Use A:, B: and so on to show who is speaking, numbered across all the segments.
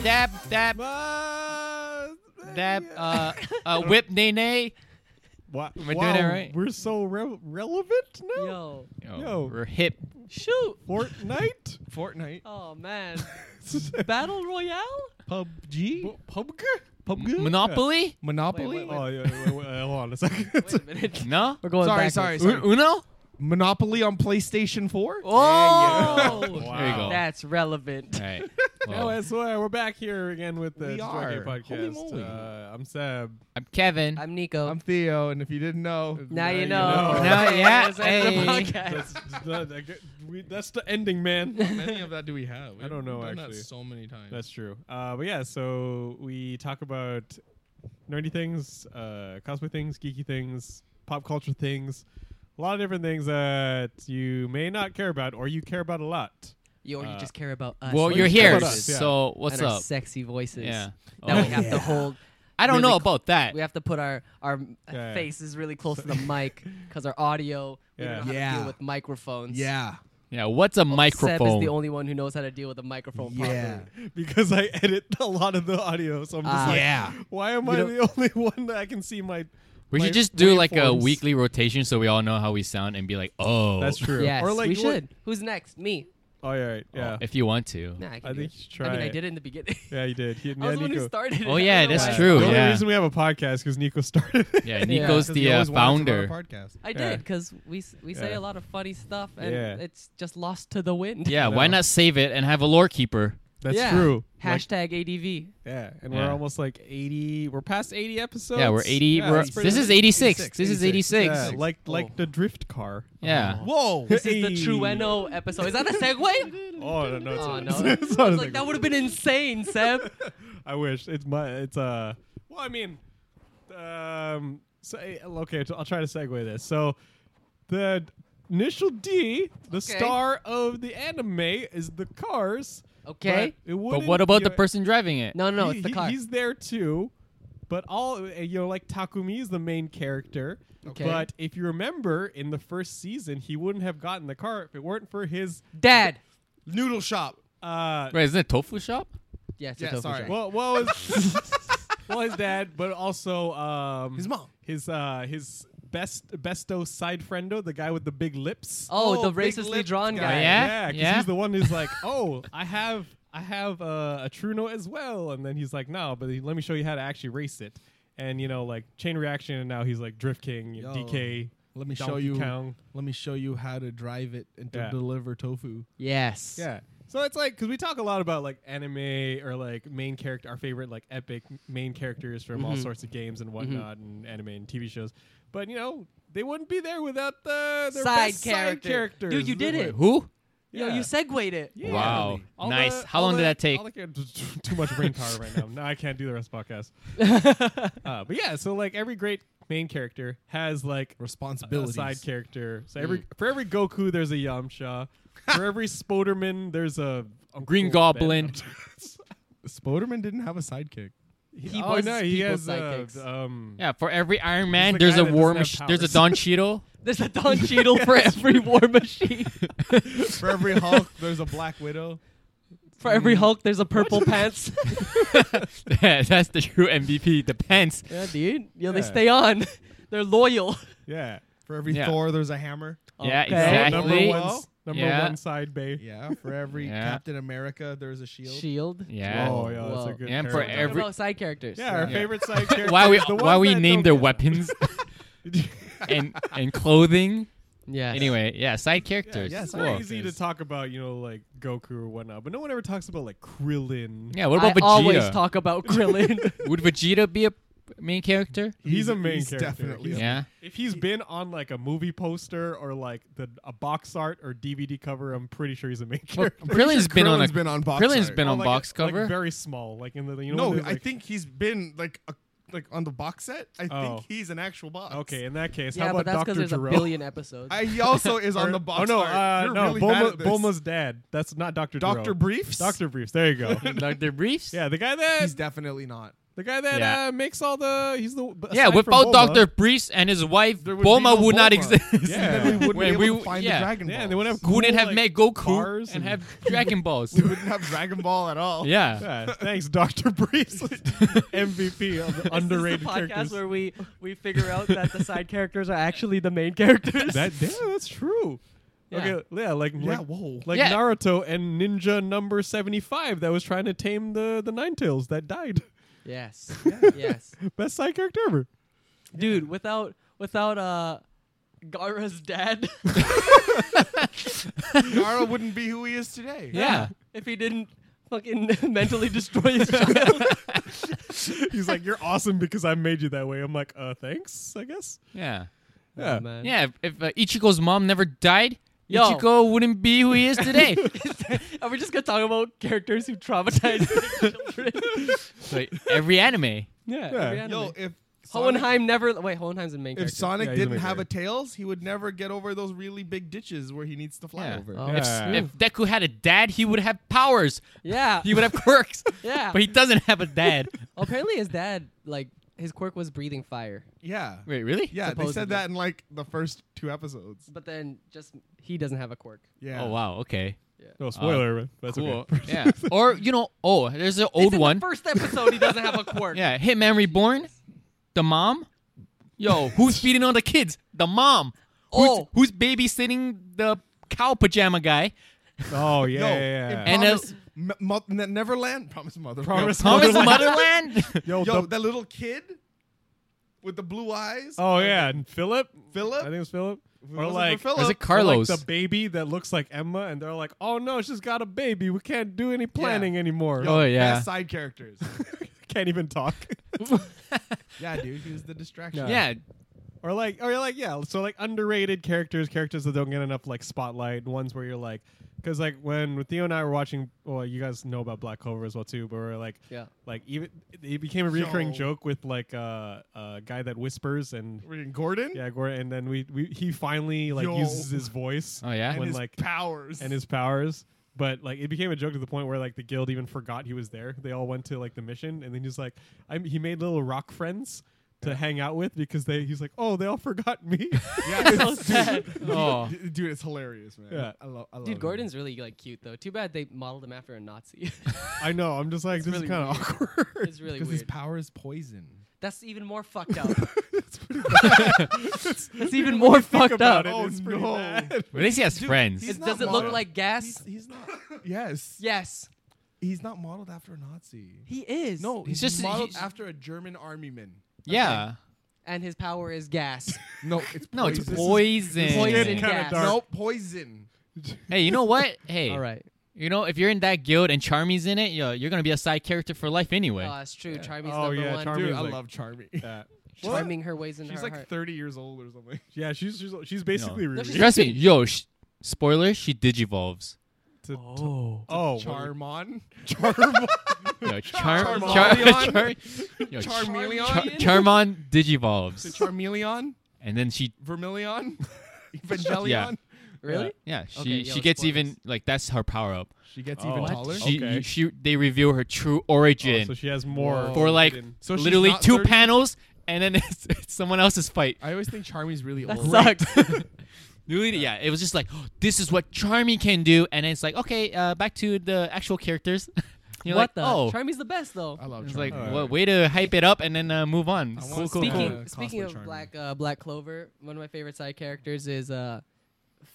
A: that that uh, uh, whip nay nay.
B: What?
A: Am I doing that right?
B: We're so re- relevant now.
C: Yo,
A: Yo,
B: Yo.
A: we're hip.
C: shoot!
B: Fortnite,
D: Fortnite,
C: Oh man, battle royale?
D: PUBG,
B: PUBG,
A: M- Monopoly?
D: Monopoly.
C: Wait, wait,
B: Oh yeah, wait, wait, hold on a second.
C: Wait a minute.
A: No.
C: We're going
D: Sorry,
C: backwards.
D: sorry, sorry.
A: U- Uno.
D: Monopoly on PlayStation 4?
C: Oh,
A: There you go.
C: that's relevant.
A: All right.
B: Oh,
A: Well,
B: that's why we're back here again with the
D: We
B: Destroy Gay
D: are. Holy
B: podcast.
D: moly.
B: Uh, I'm Sab.
A: I'm Kevin.
C: I'm Nico.
D: I'm Theo, and if you didn't know,
C: now
B: Now
C: you
B: you
C: know.
B: know.
A: Now- yeah,
C: That's the end of the
A: hey.
C: podcast.
B: That's, that- we- that's the ending, man.
D: how many of that do we have?
B: I don't know,
D: We've done that
B: actually.
D: so many times.
B: That's true. Uh, but yeah, so we talk about nerdy things, uh, cosplay things, geeky things, pop culture things, a lot of different things that you may not care about or you care about a lot.
C: You or you
B: Uh,
C: just care about us.
A: well,
B: Well,
A: you're
B: you
A: here.
B: covered us, yeah.
A: So what's
C: and our
A: up?
C: sexy voices.
A: Yeah.
C: Now we
A: Oh.
C: have to hold.
A: I don't
C: really
A: know
C: cl-
A: about that.
C: We have to put our our
B: Yeah.
C: faces really close to the mic because our audio. We
B: Yeah.
C: don't know how to
D: Yeah.
C: deal with microphones.
D: yeah.
A: Yeah. What's a
C: Seb is
A: microphone?
C: the only one who knows how to deal with a microphone
D: Yeah.
C: properly.
B: Because I edit a lot of the audio, so I'm just
C: Ah.
B: like,
D: Yeah.
B: why am
C: We
B: I
C: don't-
B: the only one that I can see my?
A: we
B: my
A: should just do like a
B: waveforms?
A: weekly rotation so we all know how we sound and be like, oh,
B: That's true.
C: Yes,
B: or like
C: we
B: what-
C: should. Who's next? Me.
B: Oh yeah, right, yeah.
A: if you want to.
C: Nah, I, can
B: I
C: do
B: think
C: it.
B: you should try.
C: I mean, I
B: it.
C: did it in the beginning.
B: Yeah, you did. He,
C: I was the one who started. it.
A: Oh,
C: I don't
A: yeah,
C: know
A: that's
C: why.
A: true.
B: The
A: yeah.
B: only reason we have a podcast because Nico started it.
A: Yeah, Nico's
D: Because
A: the
D: you
A: uh,
D: always wanted to run a
A: founder.
D: podcast.
C: I
B: Yeah.
C: did because we s- we say
B: Yeah.
C: a lot of funny stuff and
B: Yeah.
C: it's just lost to the wind.
A: Yeah, why
B: No.
A: not save it and have a lore keeper?
B: That's
C: Yeah.
B: true. Like,
C: Hashtag ADV.
B: yeah, and
A: Yeah.
B: we're almost like eighty. We're past eighty episodes.
A: yeah, we're 80.
B: Yeah,
A: we're,
B: that's pretty
A: this
B: good.
A: is 86.
D: 86,
A: This is 86.
D: 86.
B: Yeah,
A: Yeah.
B: like like
C: Oh.
B: the drift car. Uh-huh.
D: Whoa.
C: This is
B: Hey.
C: the Trueno episode. Is that a segue?
B: Oh no, no, it's,
C: oh no!
B: it's,
C: I
B: it's
C: was
B: not a
C: like,
B: thing.
C: that would have been insane, Seb.
B: I wish it's my it's uh well I mean um so okay t- I'll try to segue this so the initial D the star of the anime is the cars
C: Okay.
B: but, it
A: But
B: wouldn't-
A: what about
B: you
A: the
B: know,
A: person driving it?
C: No, no,
B: he-
C: it's the
B: he-
C: car.
B: he's there too but all uh, you know like Takumi is the main character
C: Okay.
B: but if you remember in the first season he wouldn't have gotten the car if it weren't for his
C: Dad.
D: Noodle shop.
B: uh
A: Wait, isn't it Tofu Shop?
C: Yeah, it's
D: Yeah,
C: a tofu
D: sorry.
C: joke.
B: Well, well, his, well, his dad, but also um,
D: His mom.
B: his uh, his best besto side friendo, the guy with the big lips.
C: Oh,
D: Oh,
C: the
D: big
C: racistly
D: lips
C: drawn
D: guy.
C: guy.
A: Oh, Yeah?
B: yeah, because
A: Yeah?
B: he's the one who's like, oh, I have I have uh, a Truno as well, and then he's like, no, but let me show you how to actually race it, and you know, like chain reaction, and now he's like Drift King,
D: Yo.
B: DK.
D: Let me show
B: Donkey
D: you.
B: Kong.
D: Let me show you how to drive it and to
B: Yeah.
D: deliver tofu.
C: Yes.
B: Yeah. So it's like because we talk a lot about like anime or like main character, our favorite like epic main characters from
A: Mm-hmm.
B: all sorts of games and whatnot, and anime and TV shows. But you know they wouldn't be there without the their
C: Side
B: best
C: character.
B: side characters.
C: Dude, you did
B: Wait,
C: it.
A: Who?
C: Yo,
B: Yeah.
C: you segued it.
B: Yeah.
A: Wow.
B: All
A: Nice.
B: the-
A: How
B: all
A: long did
B: the-
A: that take?
B: all the char- too much brain power right now. No, I can't do the rest of the podcast. uh, but yeah, so like every great main character has like a
D: Responsibilities.
B: side character. So every
A: Mm.
B: for every Goku, there's a Yamcha. for every Spoderman, there's a Uncle
A: Green
C: Oh,
B: Ben.
A: Goblin.
D: Spoderman didn't have a sidekick.
C: He
B: oh
C: was
B: no, he
C: people's
B: has uh,
C: sidekicks.
B: d- um.
A: Yeah, for every Iron Man,
B: the
A: there's
B: guy
A: a
B: that
A: War
B: doesn't
A: Machine.
B: have
A: There's a
B: powers.
A: Don Cheadle.
C: There's a Don Cheadle for every War Machine.
D: For every
B: oh,
D: Hulk, there's a Black Widow.
C: For every Hulk, there's a purple pants.
A: That's the true MVP. The pants.
C: yeah, dude. Yo, they
B: Yeah.
C: stay on. They're loyal.
B: Yeah.
D: For every
A: Yeah.
D: Thor, there's a hammer.
A: Yeah,
C: Okay.
B: Number
A: exactly.
B: one, s- number
A: Yeah.
B: one side bay.
D: Yeah. For every
A: Yeah.
D: Captain America, there's a shield.
C: Shield.
A: Yeah.
B: Oh yeah, that's
C: Whoa.
B: a good.
A: And for
B: character.
C: Talking
A: every-
C: about side characters.
B: Yeah, our
D: Yeah.
B: favorite side character.
A: Why we
B: the
A: why
B: ones
A: we
B: that
A: name
B: don't
A: their
B: get-
A: weapons and and clothing.
C: Yes.
A: Anyway, yeah, side characters.
D: yeah,
B: It's
D: side
A: Cool.
B: very easy to talk about, you know, like Goku or whatnot, but no one ever talks about like Krillin.
A: Yeah, what about
C: I
A: Vegeta?
C: always talk about Krillin.
A: Would Vegeta be a p- main character?
B: He's, a main
D: he's
B: character.
D: definitely
B: He's-
D: a-
A: Yeah.
B: If he's been on like a movie poster or like the a box art or DVD cover, I'm pretty sure he's a main
A: Well,
B: character.
A: Krillin's been on a
D: Krillin's been on box
A: Krillin's
D: art.
A: been on
B: Like,
A: box
B: like,
A: cover.
B: very small, like in the you know.
D: No,
B: when there's,
D: I
B: like-
D: think he's been like a, like on the box set. I
B: Oh.
D: think he's an actual box.
B: Okay, in that case,
C: yeah,
B: how
C: but
B: about
C: that's
B: Doctor
C: there's
B: Jerome?
C: a billion episodes.
D: I, he also is on the box.
B: oh no,
D: art.
B: uh,
D: You're
B: no,
D: really bad
B: Bulma,
D: at this.
B: Bulma's dad. That's not Doctor.
D: Dr. Briefs. Eh.
B: Doctor Briefs. There you go.
A: Like their briefs.
B: yeah, the guy that
D: He's definitely not.
B: The guy that
A: Yeah.
B: uh, makes all the he's the b-
A: yeah,
B: aside from
A: without
B: Bulma,
A: Doctor Brees and his wife,
B: there would be
A: Bulma
B: no
A: would not
B: Bulma.
A: exist.
B: Yeah.
D: Then we wouldn't
A: When
D: be able
A: we
D: to
A: w-
D: find
A: yeah.
D: the Dragon Balls.
B: Yeah, and they would have cool,
A: Wouldn't have
B: like,
A: made Goku
B: cars
A: and, have Dragon Balls.
D: we wouldn't have Dragon Ball at all.
A: yeah.
B: Yeah, thanks, Doctor Brees, MVP of the underrated
C: this is the podcast
B: characters.
C: where we we figure out that the side characters are actually the main characters.
B: That yeah, that's true.
A: Yeah.
B: Okay, yeah, like
D: Yeah,
B: like,
D: whoa.
B: like
A: Yeah.
B: Naruto and Ninja Number Seventy Five that was trying to tame the the Nine Tails that died.
C: yes, yes,
B: Best side character ever.
C: dude. Without without uh, Gara's dad,
D: Nara wouldn't be who he is today.
A: Yeah.
C: if he didn't fucking mentally destroy his child.
B: He's like, "You're awesome because I made you that way." I'm like, "Uh, thanks, I guess."
A: Yeah.
B: Yeah,
C: man.
A: Yeah, if, if uh, Ichigo's mom never died,
C: Yo.
A: Ichigo wouldn't be who he is today.
C: Are we just gonna talk about characters who traumatize their children?
A: so every anime.
C: Yeah.
B: Yeah.
C: every anime.
D: Yo, if Sonic,
C: Hohenheim never. Wait, Hohenheim's the main
D: if
C: character.
D: Sonic
B: Yeah, he's a
D: didn't
B: big
D: have
B: guy.
D: a tails, he would never get over those really big ditches where he needs to fly
A: Yeah.
D: over.
C: Oh.
A: If,
B: Yeah.
A: if Deku had a dad, he would have powers.
C: yeah,
A: He would have quirks.
C: yeah.
A: But he doesn't have a dad.
C: Apparently, his dad like his quirk was breathing fire,
D: Yeah.
A: Wait, really?
D: Yeah, they
C: Supposedly.
D: said that in like the first two episodes.
C: but then just he doesn't have a quirk.
D: Yeah.
A: Oh wow. Okay.
B: No spoiler, but that's
A: Cool.
B: okay.
A: yeah. Or you know, oh, there's an
C: It's
A: old
C: in
A: one.
C: The first episode, he doesn't have a quirk.
A: yeah, Hitman Reborn, the mom. Yo, who's feeding on the kids? The mom. Who's,
C: Oh.
A: who's babysitting the cow pajama guy?
B: Oh yeah,
D: Yo,
B: yeah, yeah.
D: in
A: And, uh,
D: Promise- M- Mo- Ne- Neverland, Promise Mother.
B: Promise
D: Yo,
A: Thomas
B: Motherland.
A: Motherland.
B: Yo,
D: Yo,
B: the-
D: that little kid with the blue eyes.
B: oh yeah, and Philip. I
D: Philip.
B: think it was Philip.
D: If it
B: Or
D: wasn't for
B: like
D: Philip-
A: Is it
B: or, like,
A: Carlos?
B: the baby that looks like Emma, and they're like, "Oh no, she's got a baby. We can't do any planning anymore.
A: Yo. Oh, yeah.
D: best side characters.
B: can't even talk."
D: yeah, dude, he was the distraction.
A: yeah.
B: or like, or you're like, yeah. So like underrated characters, characters that don't get enough like spotlight, ones where you're like, because like when Theo and I were watching, well, you guys know about Black Clover as well too, but we're like,
C: Yeah.
B: like even it became a recurring
D: Yo.
B: joke with like uh, a guy that whispers and.
D: Freaking Gordon.
B: Yeah, Gordon, and then we, we he finally like
D: Yo.
B: uses his voice.
A: Oh yeah.
D: And
B: When,
D: his
B: like-
D: powers.
B: and his powers. But like it became a joke to the point where like the guild even forgot he was there. They all went to like the mission, and then he's like, I'm, he made little rock friends to hang out with because they he's like, oh, they all forgot me.
D: Yeah, it's-
C: sad.
D: Dude,
A: Oh.
D: d- dude, it's hilarious, man.
B: Yeah.
D: I love, I love
C: Dude,
D: him.
C: Gordon's really like cute though. Too bad they modeled him after a Nazi.
B: I know. I'm just like
C: It's
B: this
C: really
B: is kind of awkward.
C: it's really
D: because his
C: weird.
D: power is poison.
C: That's even more fucked up. That's even more fucked up.
B: About it,
D: Oh,
B: it's pretty
D: no.
B: bad.
A: At least he has friends.
D: he's-
C: It
D: not
C: does it
D: modeled.
C: look like gas?
D: He's, he's not. yes.
C: Yes,
D: He's not modeled after a Nazi.
C: he is.
D: No,
A: He's
D: he's,
A: just-
D: modeled
A: he's-
D: after a German army man.
A: yeah.
C: and his power is gas.
D: No, it's
A: No, it's
D: poison.
A: poison.
C: Poison
B: getting kinda
C: gas.
B: dark.
D: No, poison.
A: Hey, you know what? Hey,
C: All right.
A: you know if you're in that guild and Charmy's in it, yo, you're gonna be a side character for life anyway.
C: Oh, that's true. Charmy's
B: Oh,
C: number
B: yeah,
C: one.
B: Charmy-
D: Dude,
B: Army's
D: I
B: like-
D: love Charmy.
B: Yeah.
D: What?
C: Charming her ways into
D: She's
C: her
D: like
C: heart.
D: 30 years old or something.
A: Oh,
B: yeah, she's she's she's basically
C: No, she's-
B: Riri.
A: Trust me, yo. Sh- spoiler: She digivolves.
B: to-
C: oh.
B: oh,
D: Charmon.
B: Charm.
A: Yo, Charm, Char-
D: Charmeleon.
A: Char- yo, Char-
D: Charmeleon.
A: Charmon digivolves,
D: Charmeleon.
A: and then she,
D: Vermilion. Evangelion.
C: Really?
A: yeah, she,
C: Okay, yo,
A: she gets
C: spoilers.
A: even like that's her power up.
D: She gets
B: Oh.
D: even
B: What?
D: taller.
A: She,
B: Okay.
A: she, they reveal her true
B: oh,
A: origin
B: so she has more
D: Whoa.
A: for like
B: hidden-
D: So she's
A: literally
D: not
A: two
D: 30?
A: panels, and then it's, it's someone else's fight.
D: I always think Charmy's really
C: That
D: old.
C: sucks.
A: Newly, yeah. it was just like this is what Charmy can do, and it's like okay, uh, back to the actual characters. You're
C: what
A: like,
C: the?
A: Oh,
C: Charmy's the best though.
D: I love
A: it's
D: Charmy.
A: like
B: Alright.
A: well, way to hype it up and then uh, move on.
D: I
A: Cool,
D: wanna
A: cool,
D: see
A: cool.
D: that.
C: Speaking speaking
D: Uh, cosplay
C: of
D: Charmy.
C: Black uh, Black Clover, one of my favorite side characters is uh,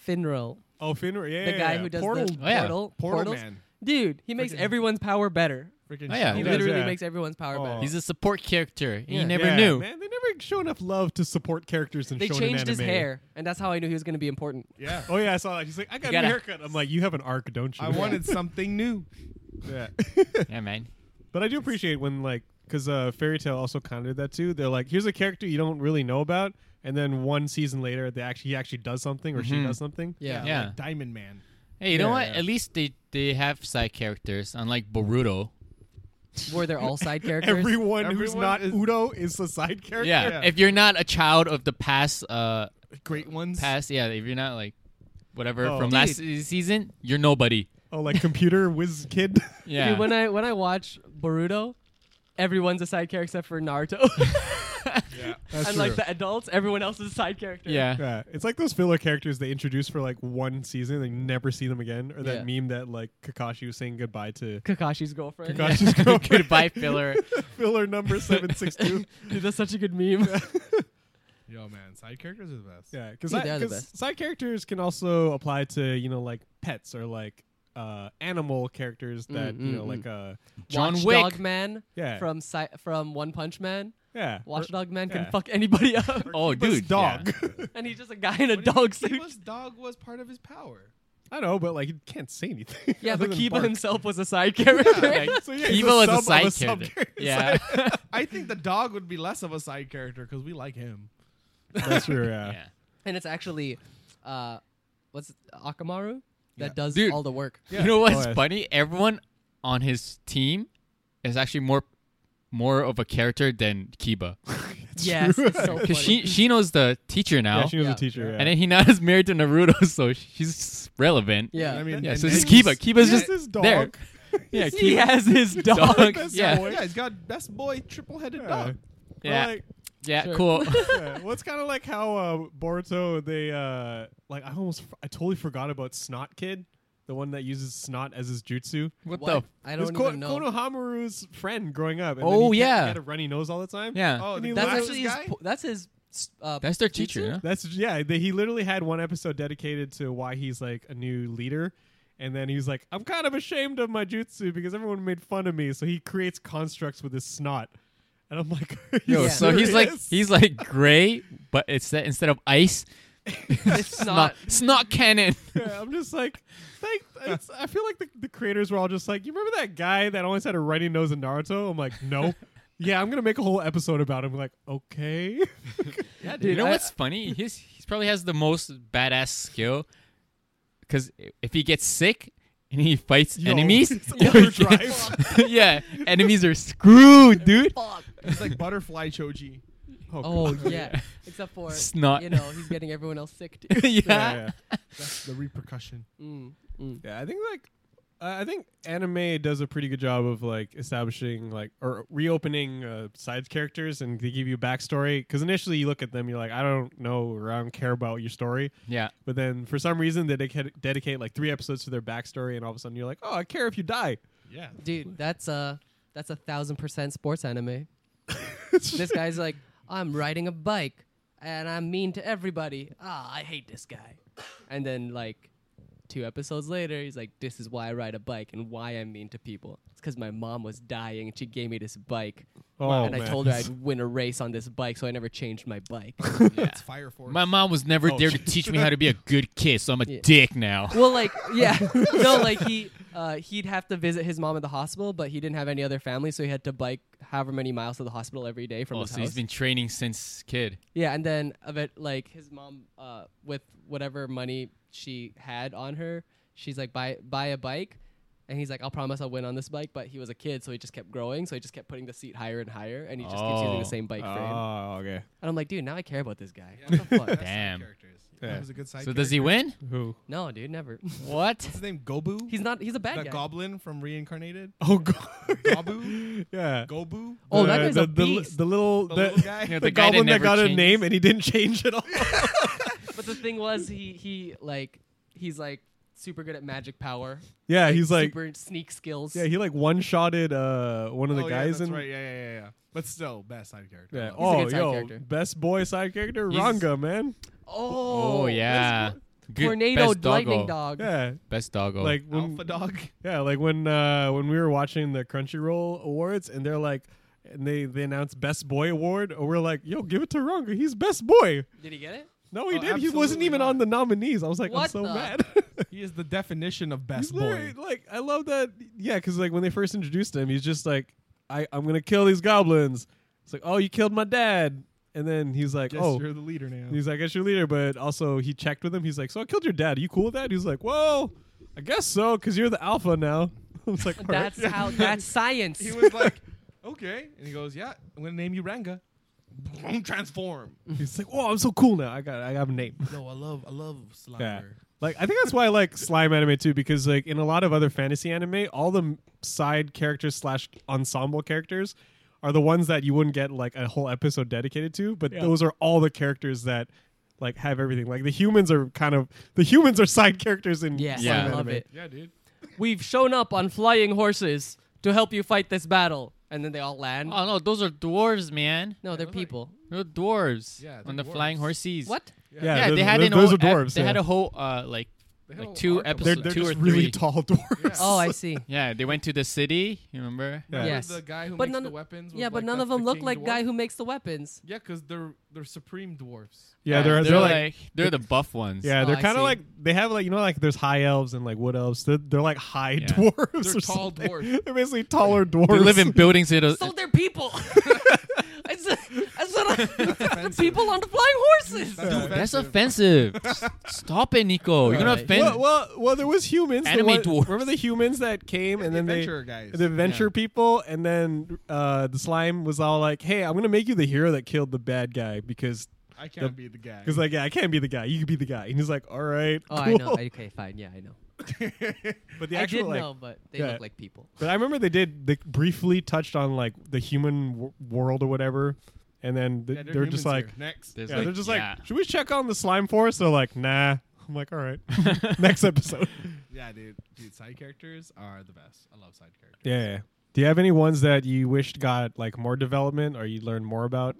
C: Finral,
B: Oh, Finra. Yeah,
C: the
B: yeah,
C: guy
B: yeah.
C: who does
B: portal.
C: the
A: Oh, yeah.
C: portal
D: Portal
C: portals.
D: man.
C: Dude, he makes
D: Freaking-
C: everyone's power better.
D: Freaking
A: Oh, yeah.
D: Charmy.
C: He
B: does,
C: literally
B: yeah.
C: makes everyone's power
B: Oh.
C: better.
A: He's a support character. and You
C: Yeah.
A: never
B: Yeah,
A: knew.
B: Man, they never show enough love to support characters in
C: they
B: shonen
C: changed his
B: anime.
C: hair, and that's how I knew he was going to be important.
D: Yeah.
B: Oh yeah, I saw that. He's like, I got a
A: gotta-
B: new haircut. I'm like, you have an arc, don't you?
D: I wanted something new.
B: Yeah.
A: Yeah, man.
B: but I do appreciate when like, because uh, Fairy Tale also kind of did that too. They're like, here's a character you don't really know about, and then one season later, they actually he actually does something or she
A: Mhm.
B: does something.
C: Mm-hmm. Yeah.
A: Yeah.
D: like Diamond Man.
A: Hey, you know
B: Yeah,
A: what?
B: yeah.
A: At least they they have side characters, unlike Boruto.
C: Were they all side characters?
B: Everyone, who's
D: Everyone
B: not
D: is-
B: Udo is a side character.
A: Yeah.
D: Yeah.
A: If you're not a child of the past, uh,
D: Great ones.
A: past, yeah. If you're not like whatever
B: Oh.
A: from last se- season, you're nobody.
B: Oh, like computer whiz kid.
A: Yeah.
C: Dude, when I when I watch Boruto, everyone's a side character except for Naruto.
D: Yeah.
B: That's
C: Unlike
B: true.
C: the adults, everyone else is a side character.
A: yeah.
B: Yeah, it's like those filler characters they introduce for like one season, they never see them again. Or that
C: Yeah.
B: meme that like Kakashi was saying goodbye to
C: Kakashi's girlfriend.
B: Kakashi. Just go for
A: Goodbye,
B: it.
A: filler.
B: filler number seven six two.
C: Dude, that's such a good meme.
D: Yo, man, side characters are the best.
B: Yeah, because
C: Dude, they're the best.
B: side characters can also apply to you know like pets or like uh animal characters that
C: Mm,
B: you
C: mm,
B: know like uh
A: John
C: Watchdog
A: Wick.
C: Man
B: yeah
C: from si- from One Punch Man.
B: yeah or-
C: Watchdog Man
B: yeah.
C: can fuck anybody up,
A: Oh,
B: Kiba's
A: dude.
B: dog.
C: and he's just a guy in a
D: What do you
C: dog
D: mean
C: suit.
D: Kiba's dog was part of his power.
B: I know, but like he can't say anything.
C: Yeah,
B: other
C: but
B: than
C: Kiba
B: bark.
C: himself was a side character.
A: Yeah. Like,
B: So, yeah, he's
A: Evil was
B: sub
A: a
B: of
A: side
B: sub
A: character.
B: character.
A: Yeah.
D: I think the dog would be less of a side character because we like him.
B: that's true. Yeah.
A: yeah.
C: and it's actually, uh, what's it, Akamaru that
D: Yeah.
C: does
A: Dude.
C: all the work.
B: Yeah.
A: You know what's
B: Oh, yeah.
A: funny? Everyone on his team is actually more more of a character than Kiba.
B: It's
C: Yes,
B: true.
C: it's so funny.
A: Because she Shino's the teacher now.
B: yeah, she was
C: Yeah.
B: a teacher. Yeah.
A: And then Hinata's married to Naruto, so she's relevant.
C: yeah,
D: I mean,
A: Yeah,
D: and
A: so
D: then
A: it's Kiba. Kiba's
B: He's
A: just
B: his dog.
A: there. Yeah,
C: he
A: Kiba.
C: has his dog.
B: Best
A: Yeah.
B: boy.
D: Yeah, he's got best boy triple headed
B: Yeah.
D: dog.
B: Or,
A: Yeah,
B: like,
A: yeah,
C: Sure.
A: cool.
B: yeah. Well, it's kind of like how uh, Boruto. They uh, like I almost I totally forgot about Snot Kid, the one that uses snot as his jutsu.
A: what,
C: What?
A: the?
C: I
B: It was
C: don't
B: Ko-
C: even know.
B: Konohamaru's friend growing up. And then
A: Oh,
B: he kept-
A: yeah.
B: he had a runny nose all the time.
A: Yeah.
D: Oh, the
B: That's
D: glasses
C: that's actually his.
D: guy?
C: po- that's his. s- Uh,
A: That's their
C: jutsu?
A: teacher, huh?
B: That's yeah. They, he literally had one episode dedicated to why he's like a new leader, and then he's like, "I'm kind of ashamed of my jutsu because everyone made fun of me." So he creates constructs with his snot, and I'm like, Are you
A: Yo,
C: Yeah.
A: so he's like
B: serious?
A: he's like gray, but it's that instead of ice,
C: It's
A: snot
C: not.
A: snot cannon.
B: Yeah, I'm just like, thank. It's, I feel like the, the creators were all just like, you remember that guy that always had a runny nose in Naruto? I'm like, no. yeah, I'm gonna make a whole episode about him. like, okay.
C: Yeah, dude.
A: you know
C: I-
A: what's funny? He's he probably has the most badass skill because if he gets sick and he fights
B: Yo,
A: enemies,
B: it's overdrive.
A: yeah, enemies are screwed, dude.
C: Fuck.
D: He's like butterfly choji.
B: Oh,
C: Oh
B: God.
C: yeah. Except for
A: Snot.
C: You know, he's getting everyone else sick. Dude.
A: yeah.
B: Yeah, yeah.
D: That's the repercussion.
C: Mm, mm.
B: Yeah, I think like uh, I think anime does a pretty good job of like establishing like or reopening uh, side characters and they give you backstory because initially you look at them you're like I don't know or I don't care about your story
A: yeah.
B: but then for some reason they dedicate, dedicate like three episodes to their backstory and all of a sudden you're like oh I care if you die
D: Yeah.
C: Dude, that's a that's a thousand percent sports anime. this guy's like, I'm riding a bike and I'm mean to everybody. Ah, I hate this guy. And then like two episodes later, he's like, This is why I ride a bike and why I'm mean to people. It's because my mom was dying and she gave me this bike.
B: Oh,
C: and I
B: man.
C: told her I'd win a race on this bike, so I never changed my bike.
D: It's fire force.
A: My mom was never
B: Oh,
A: there to teach me how to be a good kid, so I'm a
C: Yeah.
A: dick now.
C: Well, like, yeah, no, like he uh, he'd have to visit his mom at the hospital, but he didn't have any other family, so he had to bike however many miles to the hospital every day from
A: Oh,
C: his
A: so
C: house.
A: he's been training since kid.
C: yeah, and then a bit like his mom, uh, with whatever money she had on her, she's like, buy buy a bike. And he's like, I'll promise I'll win on this bike. But he was a kid, so he just kept growing. So he just kept putting the seat higher and higher, and he just keeps using
A: Oh.
C: the same bike frame.
B: Oh, okay.
C: And I'm like, dude, now I care about this guy.
D: Yeah.
C: What the fuck?
D: That's side
A: Damn.
D: characters.
B: Yeah.
D: That was a good side
A: so does he win?
B: Who?
C: no, dude, never.
A: What?
D: What's his name? Gobu?
C: He's not. He's a bad
D: the
C: guy.
D: goblin from Reincarnated?
B: Oh god.
D: Gobu?
B: yeah.
D: Gobu?
C: Oh,
B: The-
C: that guy's
B: the,
C: a
B: the, li-
C: beast.
B: The little the,
D: The little guy?
A: Yeah,
B: the
A: the guy that
B: goblin that
A: never
B: got a
A: changes.
B: name and he didn't change at all.
C: But the thing was, he he like he's like super good at magic power.
B: yeah, he's like
C: super sneak skills.
B: yeah, he like one shotted uh one of the
D: oh, yeah,
B: guys
D: that's
B: in
D: right. Yeah, yeah, yeah, yeah. But still, best side character.
B: Yeah.
D: I love
C: He's a
B: Oh,
C: good side
B: yo,
C: character.
B: best boy side character
A: He's-
B: Ranga, man.
C: oh,
A: Oh, yeah. Good-
C: tornado
A: best
C: lightning
A: doggo.
C: dog.
B: Yeah,
A: Best doggo.
B: like
D: it.
B: when
D: Alpha dog.
B: yeah, like when uh when we were watching the Crunchyroll awards and they're like and they they announced best boy award and we're like, yo, give it to Ranga. He's best boy.
C: Did he get it?
B: No, he
D: Oh,
B: did. He wasn't
D: absolutely
B: even
D: not.
B: on the nominees. I was like, I'm
C: What
B: so
C: the-
B: mad.
D: He is the definition of best
B: He's literally,
D: boy.
B: Like, I love that. Yeah, because like when they first introduced him, he's just like, I, I'm gonna kill these goblins. It's like, oh, you killed my dad, and then he's like,
D: Guess
B: oh.
D: you're the leader now.
B: He's like, I guess your leader, but also he checked with him. He's like, so I killed your dad. Are you cool with that? He's like, well, I guess so, because you're the alpha now. I was like, "All right."
C: That's how. That's science.
D: he was like, okay. And he goes, yeah, I'm going to name you Ranga. Boom, Transform.
B: He's like, whoa, I'm so cool now. I got, I have a name.
D: No, I love, I love Slimer.
B: Yeah. Like I think that's why I like slime anime too, because like in a lot of other fantasy anime, all the m- side characters slash ensemble characters are the ones that you wouldn't get like a whole episode dedicated to, but
D: Yeah.
B: those are all the characters that like have everything. Like the humans are kind of the humans are side characters in
C: Yes,
A: Yeah.
C: I
B: some
C: love
B: anime.
C: it.
D: Yeah, dude.
C: We've shown up on flying horses to help you fight this battle, and then they all land.
A: Oh no, those are dwarves, man.
C: no, they're
D: those are-
C: people.
A: They're dwarves.
D: Yeah, they're
A: on the flying
D: dwarves.
A: horses.
C: What?
B: Yeah,
A: Yeah,
B: those,
A: they had
B: those,
A: an
B: those
A: whole,
B: are dwarves.
A: they
B: yeah.
A: had a whole uh, like
D: They had
A: like
D: a
A: two
D: arc of-
B: they're,
A: episodes,
B: they're
A: two
B: just
A: or
B: really
A: three.
B: tall dwarves.
D: Yeah.
C: Oh, I see.
A: Yeah, they went to the city. You remember?
B: Yeah.
D: Remember
C: Yes.
D: The guy who
C: But
D: makes
C: none
D: the
C: of-
D: weapons. was
C: Yeah, but
D: like,
C: none
D: that's
C: of them
D: the
C: look
D: king
C: like guy
D: dwarf?
C: who makes the weapons.
D: Yeah, because they're they're supreme dwarves.
B: Yeah, they're,
A: they're, like,
B: like
A: they're the buff ones.
B: yeah,
C: Oh,
B: they're
C: I
B: kind
C: see.
B: of like they have like you know like there's high elves and like wood elves. They're, they're like high
A: Yeah.
B: dwarves.
D: They're
B: or
D: tall
B: something.
D: dwarves.
B: They're basically taller dwarves.
A: They live in buildings. That are,
C: So they're people. It's it's not- people on the flying horses.
D: That's
B: Dude,
A: that's
D: offensive.
A: offensive. S- Stop it, Nico. You're gonna
C: Alright.
A: offend.
B: well, well, well, there was humans. the
A: Anime
B: one-
A: dwarves.
B: Remember the humans that came and
D: The
B: then they
D: adventurer guys.
B: the adventure people, and then uh, the slime was all like, "Hey, I'm gonna make you the hero that killed the bad guy because
D: I can't
B: the-
D: be the guy.
B: because like yeah, I can't be the guy. You can be the guy." And he's like, "All right,
C: Oh,
B: cool."
C: I know. Okay, fine. Yeah, I know.
B: but the
C: I
B: actual
C: did
B: like,
C: know, but they
B: yeah.
C: look like people.
B: but I remember they did they briefly touched on like the human w- world or whatever, and then th-
D: Yeah,
B: they're,
D: they're
B: just
D: humans
B: like,
D: here. next.
A: There's
B: yeah,
A: like-
B: they're just
A: yeah.
B: like, should we check on the slime forest? They're like, nah. I'm like, all right, next episode.
D: Yeah, dude. Dude, side characters are the best. I love side characters.
B: Yeah, yeah. Do you have any ones that you wished got like more development or you learned more about?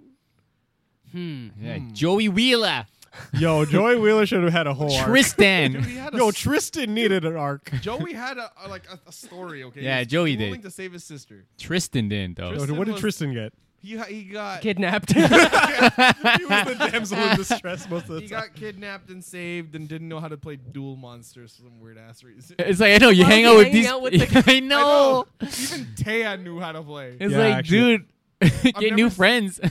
C: Hmm.
A: Yeah, Joey Wheeler,
B: Yo, Joey Wheeler should have had a whole arc.
D: Dude,
A: Tristan.
D: he had a
B: Yo,
D: s-
B: Tristan needed an arc.
D: Joey had a, a- like a, a story. Okay. He
A: Yeah,
D: was
A: Joey
D: dueling
A: did.
D: to save his sister.
A: Tristan didn't though.
B: Yo,
D: Tristan
B: what did
D: was-
B: Tristan get?
D: He ha- he got
C: Kidnapped.
B: he was the damsel in distress most of the
D: he
B: time.
D: got kidnapped and saved and didn't know how to play dual monsters for some weird ass reason.
A: It's like I know you
C: Why
A: hang
C: was
A: out
C: he
A: with
C: hanging
A: these.
C: out with the-
A: I
D: I
A: know.
D: know.
C: Oh.
D: Even Taya knew how to play.
A: It's
B: Yeah,
A: like,
B: actually.
A: dude,
D: I've
A: get new
D: never-
A: friends.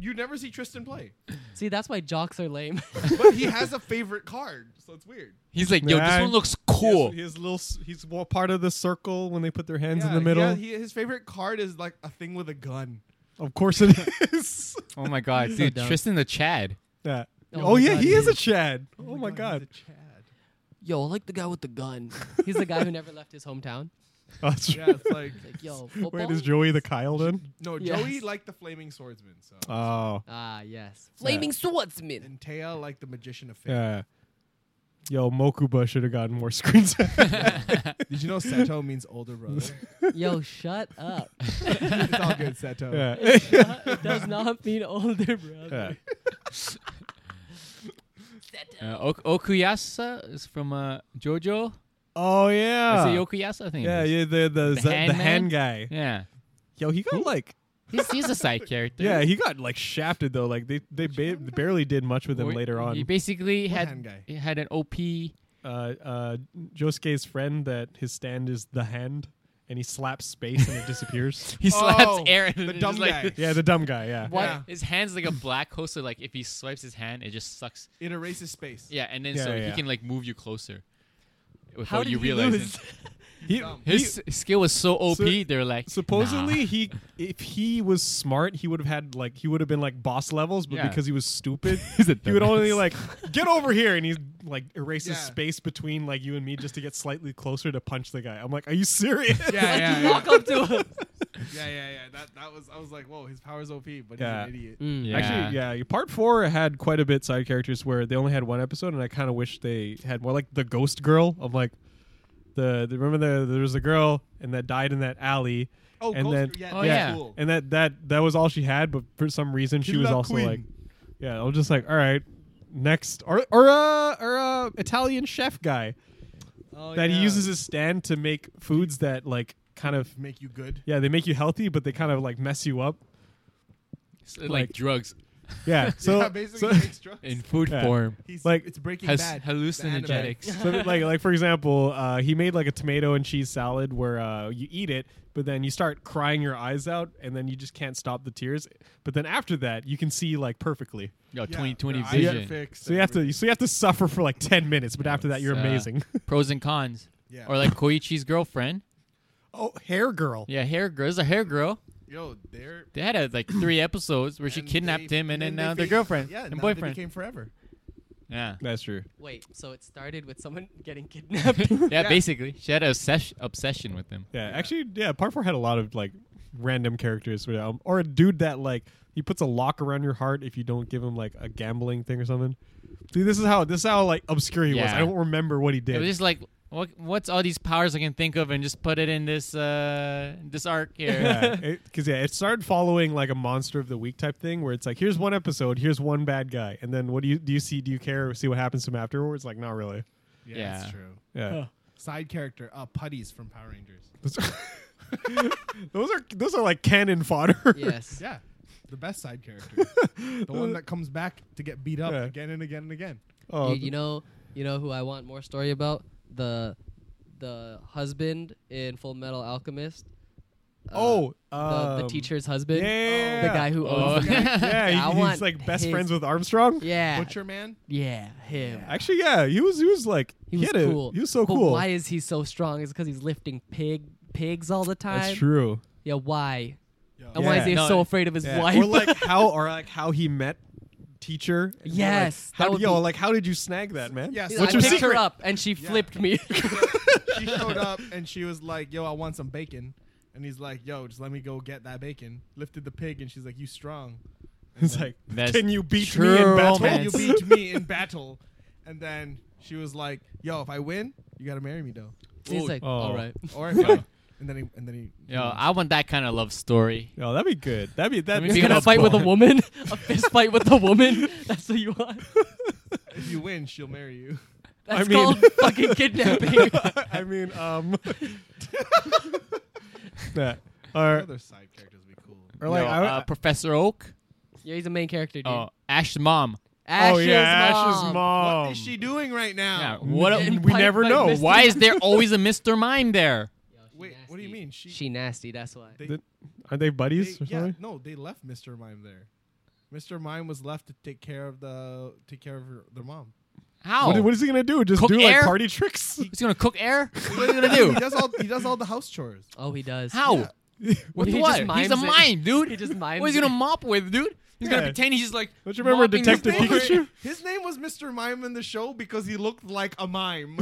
D: You never see Tristan play,
C: See, that's why jocks are lame.
D: but he has a favorite card, so it's weird.
A: He's like, yo,
B: Yeah.
A: this one looks cool.
B: He has, he has little. s- He's wa- part of the circle when they put their hands
D: Yeah,
B: in the middle.
D: yeah, he- his favorite card is like a thing with a gun.
B: of course it is.
A: Oh my god, dude,
C: dumb.
A: Tristan the Chad.
B: yeah.
C: Oh
B: Oh,
C: my
B: yeah,
C: God,
B: he
C: he
B: is a
C: is.
B: Chad. Oh my god.
D: he's a Chad.
C: Yo, I like the guy with the gun. He's the guy who never left his hometown.
B: Oh, that's
D: Yeah,
B: right.
D: it's like
C: Like, yo, football.
B: Wait, is Joey the Kyle then?
D: no,
C: Yes.
D: Joey liked the flaming swordsman, so
B: Oh,
C: Ah, yes. Flaming swordsman.
D: and Taya liked the magician of fate.
B: yeah. Yo, Mokuba should have gotten more screens.
D: Did you know Seto means older brother?
C: Yo, shut up.
D: it's all good, Seto.
B: yeah.
C: it does not mean older
B: yeah.
C: brother.
A: Uh, ok- Okuyasa is from uh, JoJo.
B: Oh yeah.
A: Is it Okuyasa? I think. it
B: yeah,
A: is.
B: yeah, the the the, the,
A: hand
B: hand
A: man?
B: guy.
A: Yeah.
B: Yo, he got like
A: He's, he's a side character.
B: yeah, he got like shafted though. Like they they ba- barely did much with him
A: Or-
B: later
A: He
B: on.
A: basically
D: What
A: had
D: hand guy?
A: he had an OP.
B: Uh, uh, Josuke's friend that his stand is the hand, and he slaps space and it disappears.
A: He slaps
D: Oh,
A: air. and
D: the
A: it's
D: dumb
A: like,
D: guy.
B: Yeah, the dumb guy. Yeah.
A: What?
D: Yeah.
A: His hand's like a black hole, so like if he swipes his hand, it just sucks.
D: It erases space.
A: Yeah, and then
B: Yeah,
A: so
B: yeah,
A: he
B: yeah.
A: can like move you closer. Without
C: How did
A: Oh, you
C: he
A: realize
C: lose?
A: it.
B: He,
D: Dumb.
B: he-
A: his s- skill was so OP.
B: So-
A: they're like
B: supposedly
A: "Nah."
B: he if he was smart, he would have had like he would have been like boss levels, but
A: Yeah.
B: because he was stupid,
A: He's a
B: he would only
A: dumbass.
B: like get over here, and he like erases
D: Yeah.
B: space between like you and me just to get slightly closer to punch the guy. I'm like, are you serious?
D: yeah, yeah,
C: You
D: yeah.
C: walk up to him.
D: yeah, yeah, yeah. That that was I was like, whoa, his power's OP, but
B: Yeah.
D: he's an idiot.
A: Yeah.
B: Actually, yeah. Part four had quite a bit side characters where they only had one episode, and I kind of wish they had more. Like the ghost girl of like the, the remember the, there was a girl and that died in that alley.
D: Oh,
B: and
D: Ghost
B: then,
D: Girl, yeah,
A: Oh,
D: that's
A: yeah.
D: cool.
B: and that that that was all she had. But for some reason, she was
D: Killer
B: also
D: Queen.
B: like, yeah, I was just like, all right, next or or uh or uh Italian chef guy
D: Oh,
B: that
D: yeah.
B: he uses his stand to make foods that like kind of
D: make you good.
B: yeah they make you healthy, but they kind of like mess you up.
A: S- like,
B: like-
A: drugs
B: Yeah, so
D: yeah, basically
B: so-
D: he takes drugs.
A: in food
B: Yeah.
A: form
D: He's
B: like-
D: like it's breaking
A: has
D: bad. The anime.
A: hallucinogenics.
B: So like like for example, uh, he made like a tomato and cheese salad where uh, you eat it, but then you start crying your eyes out, and then you just can't stop the tears. But then after that, you can see like perfectly.
A: Yo,
D: Yeah,
A: 2020
D: their eyes are
A: vision.
D: fixed
B: So you have to
D: everything.
B: so you have to suffer for like ten minutes, but
A: Yeah,
B: after that, you're
A: it's, uh,
B: amazing.
A: Pros and cons.
D: Yeah.
A: Or like Koichi's girlfriend.
B: oh, hair girl.
A: Yeah, hair girl. There's a hair girl.
D: Yo, they're
A: They had uh, like three episodes where she
D: and
A: kidnapped
D: they-
A: him and, then
D: they
A: now their
D: fa-
A: girlfriend
D: Yeah,
A: and
D: now They
A: boyfriend.
D: became forever.
A: Yeah.
B: That's true.
C: Wait, so it started with someone getting kidnapped?
A: yeah, basically, she had an obsession, obsession with him.
B: Yeah, actually, yeah. Part four had a lot of like random characters for um, or a dude that like he puts a lock around your heart if you don't give him like a gambling thing or something. Dude, this is how this is how like obscure he was.
A: Yeah.
B: I don't remember what he
A: It
B: did.
A: was just like, what, what's all these powers I can think of, and just put it in this uh, this arc here.
B: yeah, because yeah, it started following like a monster of the week type thing, where it's like, here's one episode, here's one bad guy, and then what do you do? You see, do you care? See what happens to him afterwards? Like, not really.
D: Yeah,
A: Yeah.
D: that's true.
B: Yeah,
D: Side character, uh, putties from Power Rangers.
B: those those are those are like cannon fodder.
C: yes.
D: Yeah, the best side character, the one that comes back to get beat up
B: Yeah.
D: again and again and again.
B: Oh,
C: you, you know, you know who I want more story about the the husband in Full Metal Alchemist. Uh,
B: oh,
C: the, the
B: um,
C: teacher's husband.
B: yeah.
C: the guy who
A: Oh.
C: owns. the
B: Yeah,
C: Yeah, I
B: he- he's
C: want
B: like best
C: his-
B: friends with Armstrong.
C: yeah,
D: Butcher Man.
C: yeah, him.
B: Actually, yeah, he was he was like
C: He was
B: had a-
C: cool.
B: he was so
C: but
B: cool.
C: Why is he so strong? Is because he's lifting pig pigs all the time.
B: That's true.
C: Yeah, why?
D: Yo.
C: And why is
B: Yeah.
C: he
A: No,
C: so afraid of his
B: Yeah.
C: wife?
B: Or like how or like how he met teacher. And we're
C: Yes,
B: Like, how
C: that
B: do
C: would
B: yo
C: be-
B: like how did you snag that man?
D: Yes.
C: He's
B: What's
C: like, I
B: your
C: picked
B: secret?
C: her up and she flipped me.
D: she showed up and she was like, "Yo, I want some bacon," and he's like, "Yo, just let me go get that bacon." Lifted the pig and she's like, "You strong?
B: It's like
A: That's
B: can you beat me
A: true
B: in battle?
D: Can you
A: romance.
D: beat me in battle?" And then she was like, "Yo, if I win, you gotta marry me though."
C: He's like,
B: Oh.
C: all right.
D: Or if I, and then he, and then he.
A: Yo,
C: Hmm.
A: I want that kind of love story.
B: Oh, that'd be good. That'd be that.
A: me
C: He's
A: Being
C: gonna
A: a
C: fight with a
A: boy.
C: woman, a fist fight with a woman. That's what you want.
D: if you win, she'll marry you.
C: That's
B: mean-
C: called fucking kidnapping.
B: I mean, um, that or
D: Other side characters would be cool.
B: or like
A: Yo,
B: I,
A: uh, Professor Oak,
C: yeah, he's a main character, dude.
A: oh, Ash's mom.
B: oh
C: Ash's
B: yeah,
C: mom.
B: Ash's mom.
D: what is she doing right
A: Um, Yeah,
D: now?
A: what?
C: And
A: A,
B: we
C: piped
B: never
C: by
B: know.
C: Mr.
A: why is there always a Mister Mime there?
D: Wait, what do you mean? She,
C: She nasty. That's why.
D: they,
B: Th- Are they
D: they-
B: buddies or
D: yeah,
B: something?
D: no, they left Mr. Mime there. Mr. Mime was left to take care of the take care of her, their mom.
A: How?
B: What, what is he gonna do? Just
A: Cook
B: do like
A: air?
B: party tricks?
A: He's gonna cook air. What are you gonna do?
D: he does all he does all the house chores.
C: Oh, he does.
A: How? With
C: He
A: what?
C: just
A: He's
C: mimes
A: a
C: it.
A: mime, dude.
C: He just mimes
A: What is he
C: it.
A: gonna mop with, dude? He's gonna
B: Yeah.
A: pretend he's just like.
B: Don't you remember
A: mopping
B: Detective
A: his floor.
B: Pikachu?
D: His name was Mr. Mime in the show because he looked like a mime.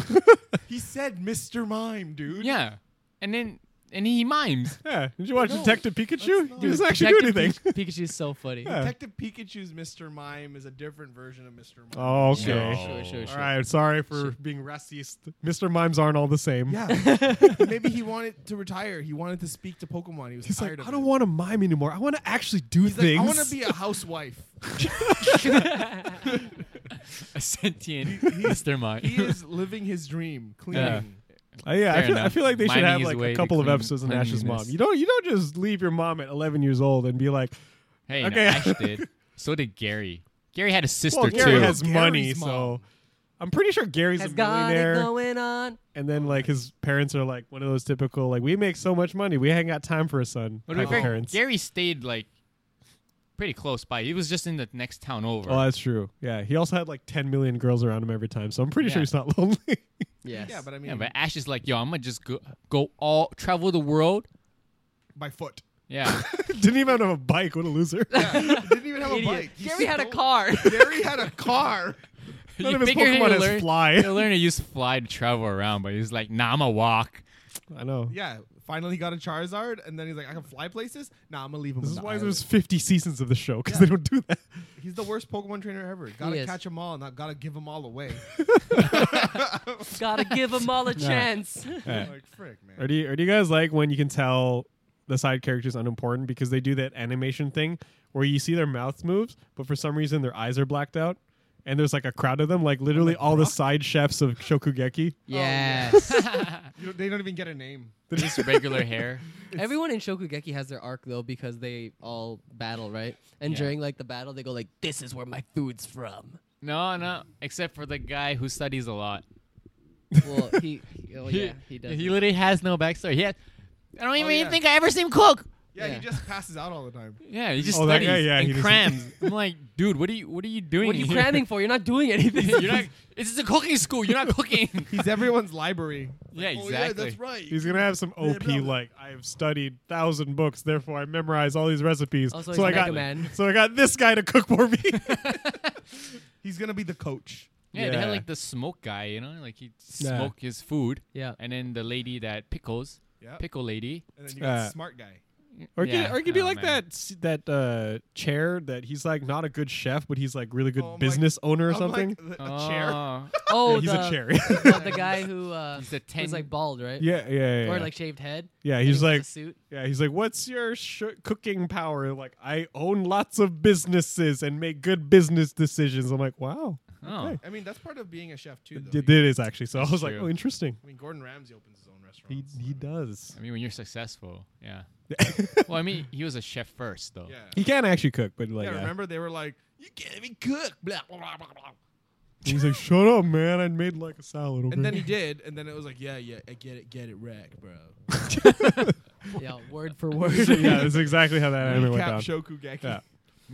D: he said Mr. Mime, dude.
A: Yeah, and then and he mimes.
B: Yeah. Did you watch
D: No,
B: Detective Pikachu?
D: that's not-
B: He doesn't actually do anything.
C: Detective Pikachu- Pikachu's so funny.
B: Yeah.
D: Detective Pikachu's Mr. Mime is a different version of Mr. Mime.
B: Oh, okay.
C: Sure, sure,
B: All
C: sure.
B: right. Sorry for being racist. Mr. Mimes aren't all the same.
D: Yeah. Maybe he wanted to retire. He wanted to speak to Pokemon. He was
B: He's
D: tired
B: like,
D: of
B: I don't
D: it.
B: want to mime anymore. I want to actually do
D: He's
B: things.
D: like, I want to be a housewife.
A: A sentient
D: he-
A: Mister Mime.
D: he is living his dream, cleaning.
A: Yeah.
B: Uh, yeah, I
A: Fair
B: feel, I
A: enough.
B: feel like they should
A: Miming
B: have
A: is a
B: like
A: way
B: a
A: to
B: couple of
A: clean-
B: episodes on Ash's mom.
A: cleanliness.
B: You don't you don't just leave your mom at 11 years old and be like,
A: Hey,
B: Okay.
A: no, Ash did. So did Gary. Gary had a sister
B: well,
A: too.
B: Gary has
D: Gary's
B: money,
D: mom.
B: so I'm pretty sure Gary's
C: Has
B: a
C: got it
B: millionaire.
C: going on.
B: and then like his parents are like one of those typical like we make so much money we ain't got time for a son
A: But
B: type
A: to be
B: of
A: fair,
B: parents.
A: Gary stayed like pretty close by. He was just in the next town over.
B: Oh, that's true. Yeah, he also had like 10 million girls around him every time, so I'm pretty sure
A: Yeah.
B: he's not lonely.
C: Yes.
D: Yeah, but I mean,
A: yeah, but Ash is like, yo, I'm gonna just go, go all travel the world.
D: by foot.
A: Yeah,
B: Didn't even have a bike. What a loser!
D: Yeah. he didn't even have a
C: Idiot.
D: bike. He
C: Gary had a
D: stole-
C: car.
D: Gary had a car.
B: None
A: You
B: of his
A: figure
B: Pokemon
A: he'll
B: has
A: learn-
B: fly.
A: He'll learn to use fly to travel around, but he's like, nah, I'ma walk.
B: I know.
D: Yeah, finally he got a Charizard, and then he's like, I can fly places. Nah, I'm gonna leave him.
B: This
D: on
B: is
D: the
B: why
D: island.
B: there's 50 seasons of the show because they don't do that.
D: He's the worst Pokemon trainer ever. Gotta
C: is.
D: catch them all, not gotta give them all away.
C: Gotta give them all a chance.
D: like frick,
B: Or
D: man.
B: do you, or do you guys like when you can tell the side character's unimportant because they do that animation thing where you see their mouth moves, but for some reason their eyes are blacked out, and there's like a crowd of them, like literally all the side chefs of Shokugeki.
C: yes.
D: You don't- they don't even get a name.
A: Just regular hair.
C: Everyone in Shokugeki has their arc though because they all battle, right? And
A: Yeah.
C: during like the battle, they go like, "This is where my food's from."
A: No, no, except for the guy who studies a lot.
C: Well, he, oh yeah, he does.
A: He Oh,
C: it.
A: literally has no backstory. He had, I don't even
D: yeah.
A: think I ever seen him cook.
D: Yeah,
C: Yeah.
D: he just passes out all the time.
A: Yeah, he just
B: Oh, that
A: studies
B: guy, yeah,
A: and
B: he just-
A: crams. I'm like, dude, what are you, what are you doing?
C: what are you
A: here?
C: cramming for? You're not doing anything.
A: You're not. This is a cooking school. You're not cooking.
D: He's everyone's library.
A: Yeah,
D: Like,
A: exactly.
D: Oh, yeah, that's right.
B: He's gonna have some OP like I've studied thousand books, therefore I memorize all these recipes.
C: Also,
B: so
C: he's
B: I got
C: Mega Man.
B: so I got this guy to cook for me.
D: He's gonna be the coach.
A: Yeah, they
B: Yeah.
A: had like the smoke guy, you know, like he'd
B: Yeah.
A: smoke his food.
C: yeah.
A: And then the lady that pickles,
D: Yeah.
A: pickle lady.
D: And then you got
B: Uh,
D: the smart guy.
B: Or it could,
A: Yeah,
B: or it could be
A: oh,
B: like
A: man.
B: that s- that uh, chair that he's like not a good chef, but he's like really good
D: Oh my-
B: business owner or
D: I'm like,
B: something.
D: "Th- a
A: Uh,
D: chair.
C: Oh,
B: yeah, he's
C: the,
B: a cherry.
C: the, the guy who uh,
A: He's a
C: was
A: ten-
C: like bald, right?
B: yeah, yeah, yeah.
C: Or
B: yeah.
C: like shaved head.
B: Yeah,
C: and
B: he's
C: he wears a
B: like-
C: suit.
B: Yeah, he's like, "What's your sh- cooking power?" Like, I own lots of businesses and make good business decisions. I'm like, "Wow,
A: Oh.
B: okay.
D: I mean, that's part of being a chef too. Though.
B: it is actually." So I was like,
A: true.
B: "Oh, interesting."
D: I mean, Gordon Ramsay opens his own restaurant.
B: He he does.
A: I mean, when you're successful, yeah. well, I mean, he was a chef first, though.
D: Yeah.
B: He can actually cook, but like,
D: yeah.
B: yeah.
D: Remember they were like, "You can't even cook." Blah blah blah blah. blah.
B: he's like, "Shut up, man! I made like a salad." Okay?
D: And then he did, and then it was like, "Yeah, yeah, I get it, get it, wreck, bro."
C: Yeah, word for word.
B: yeah, that's exactly how that anime went down.
D: Recap Shokugeki.
B: Yeah.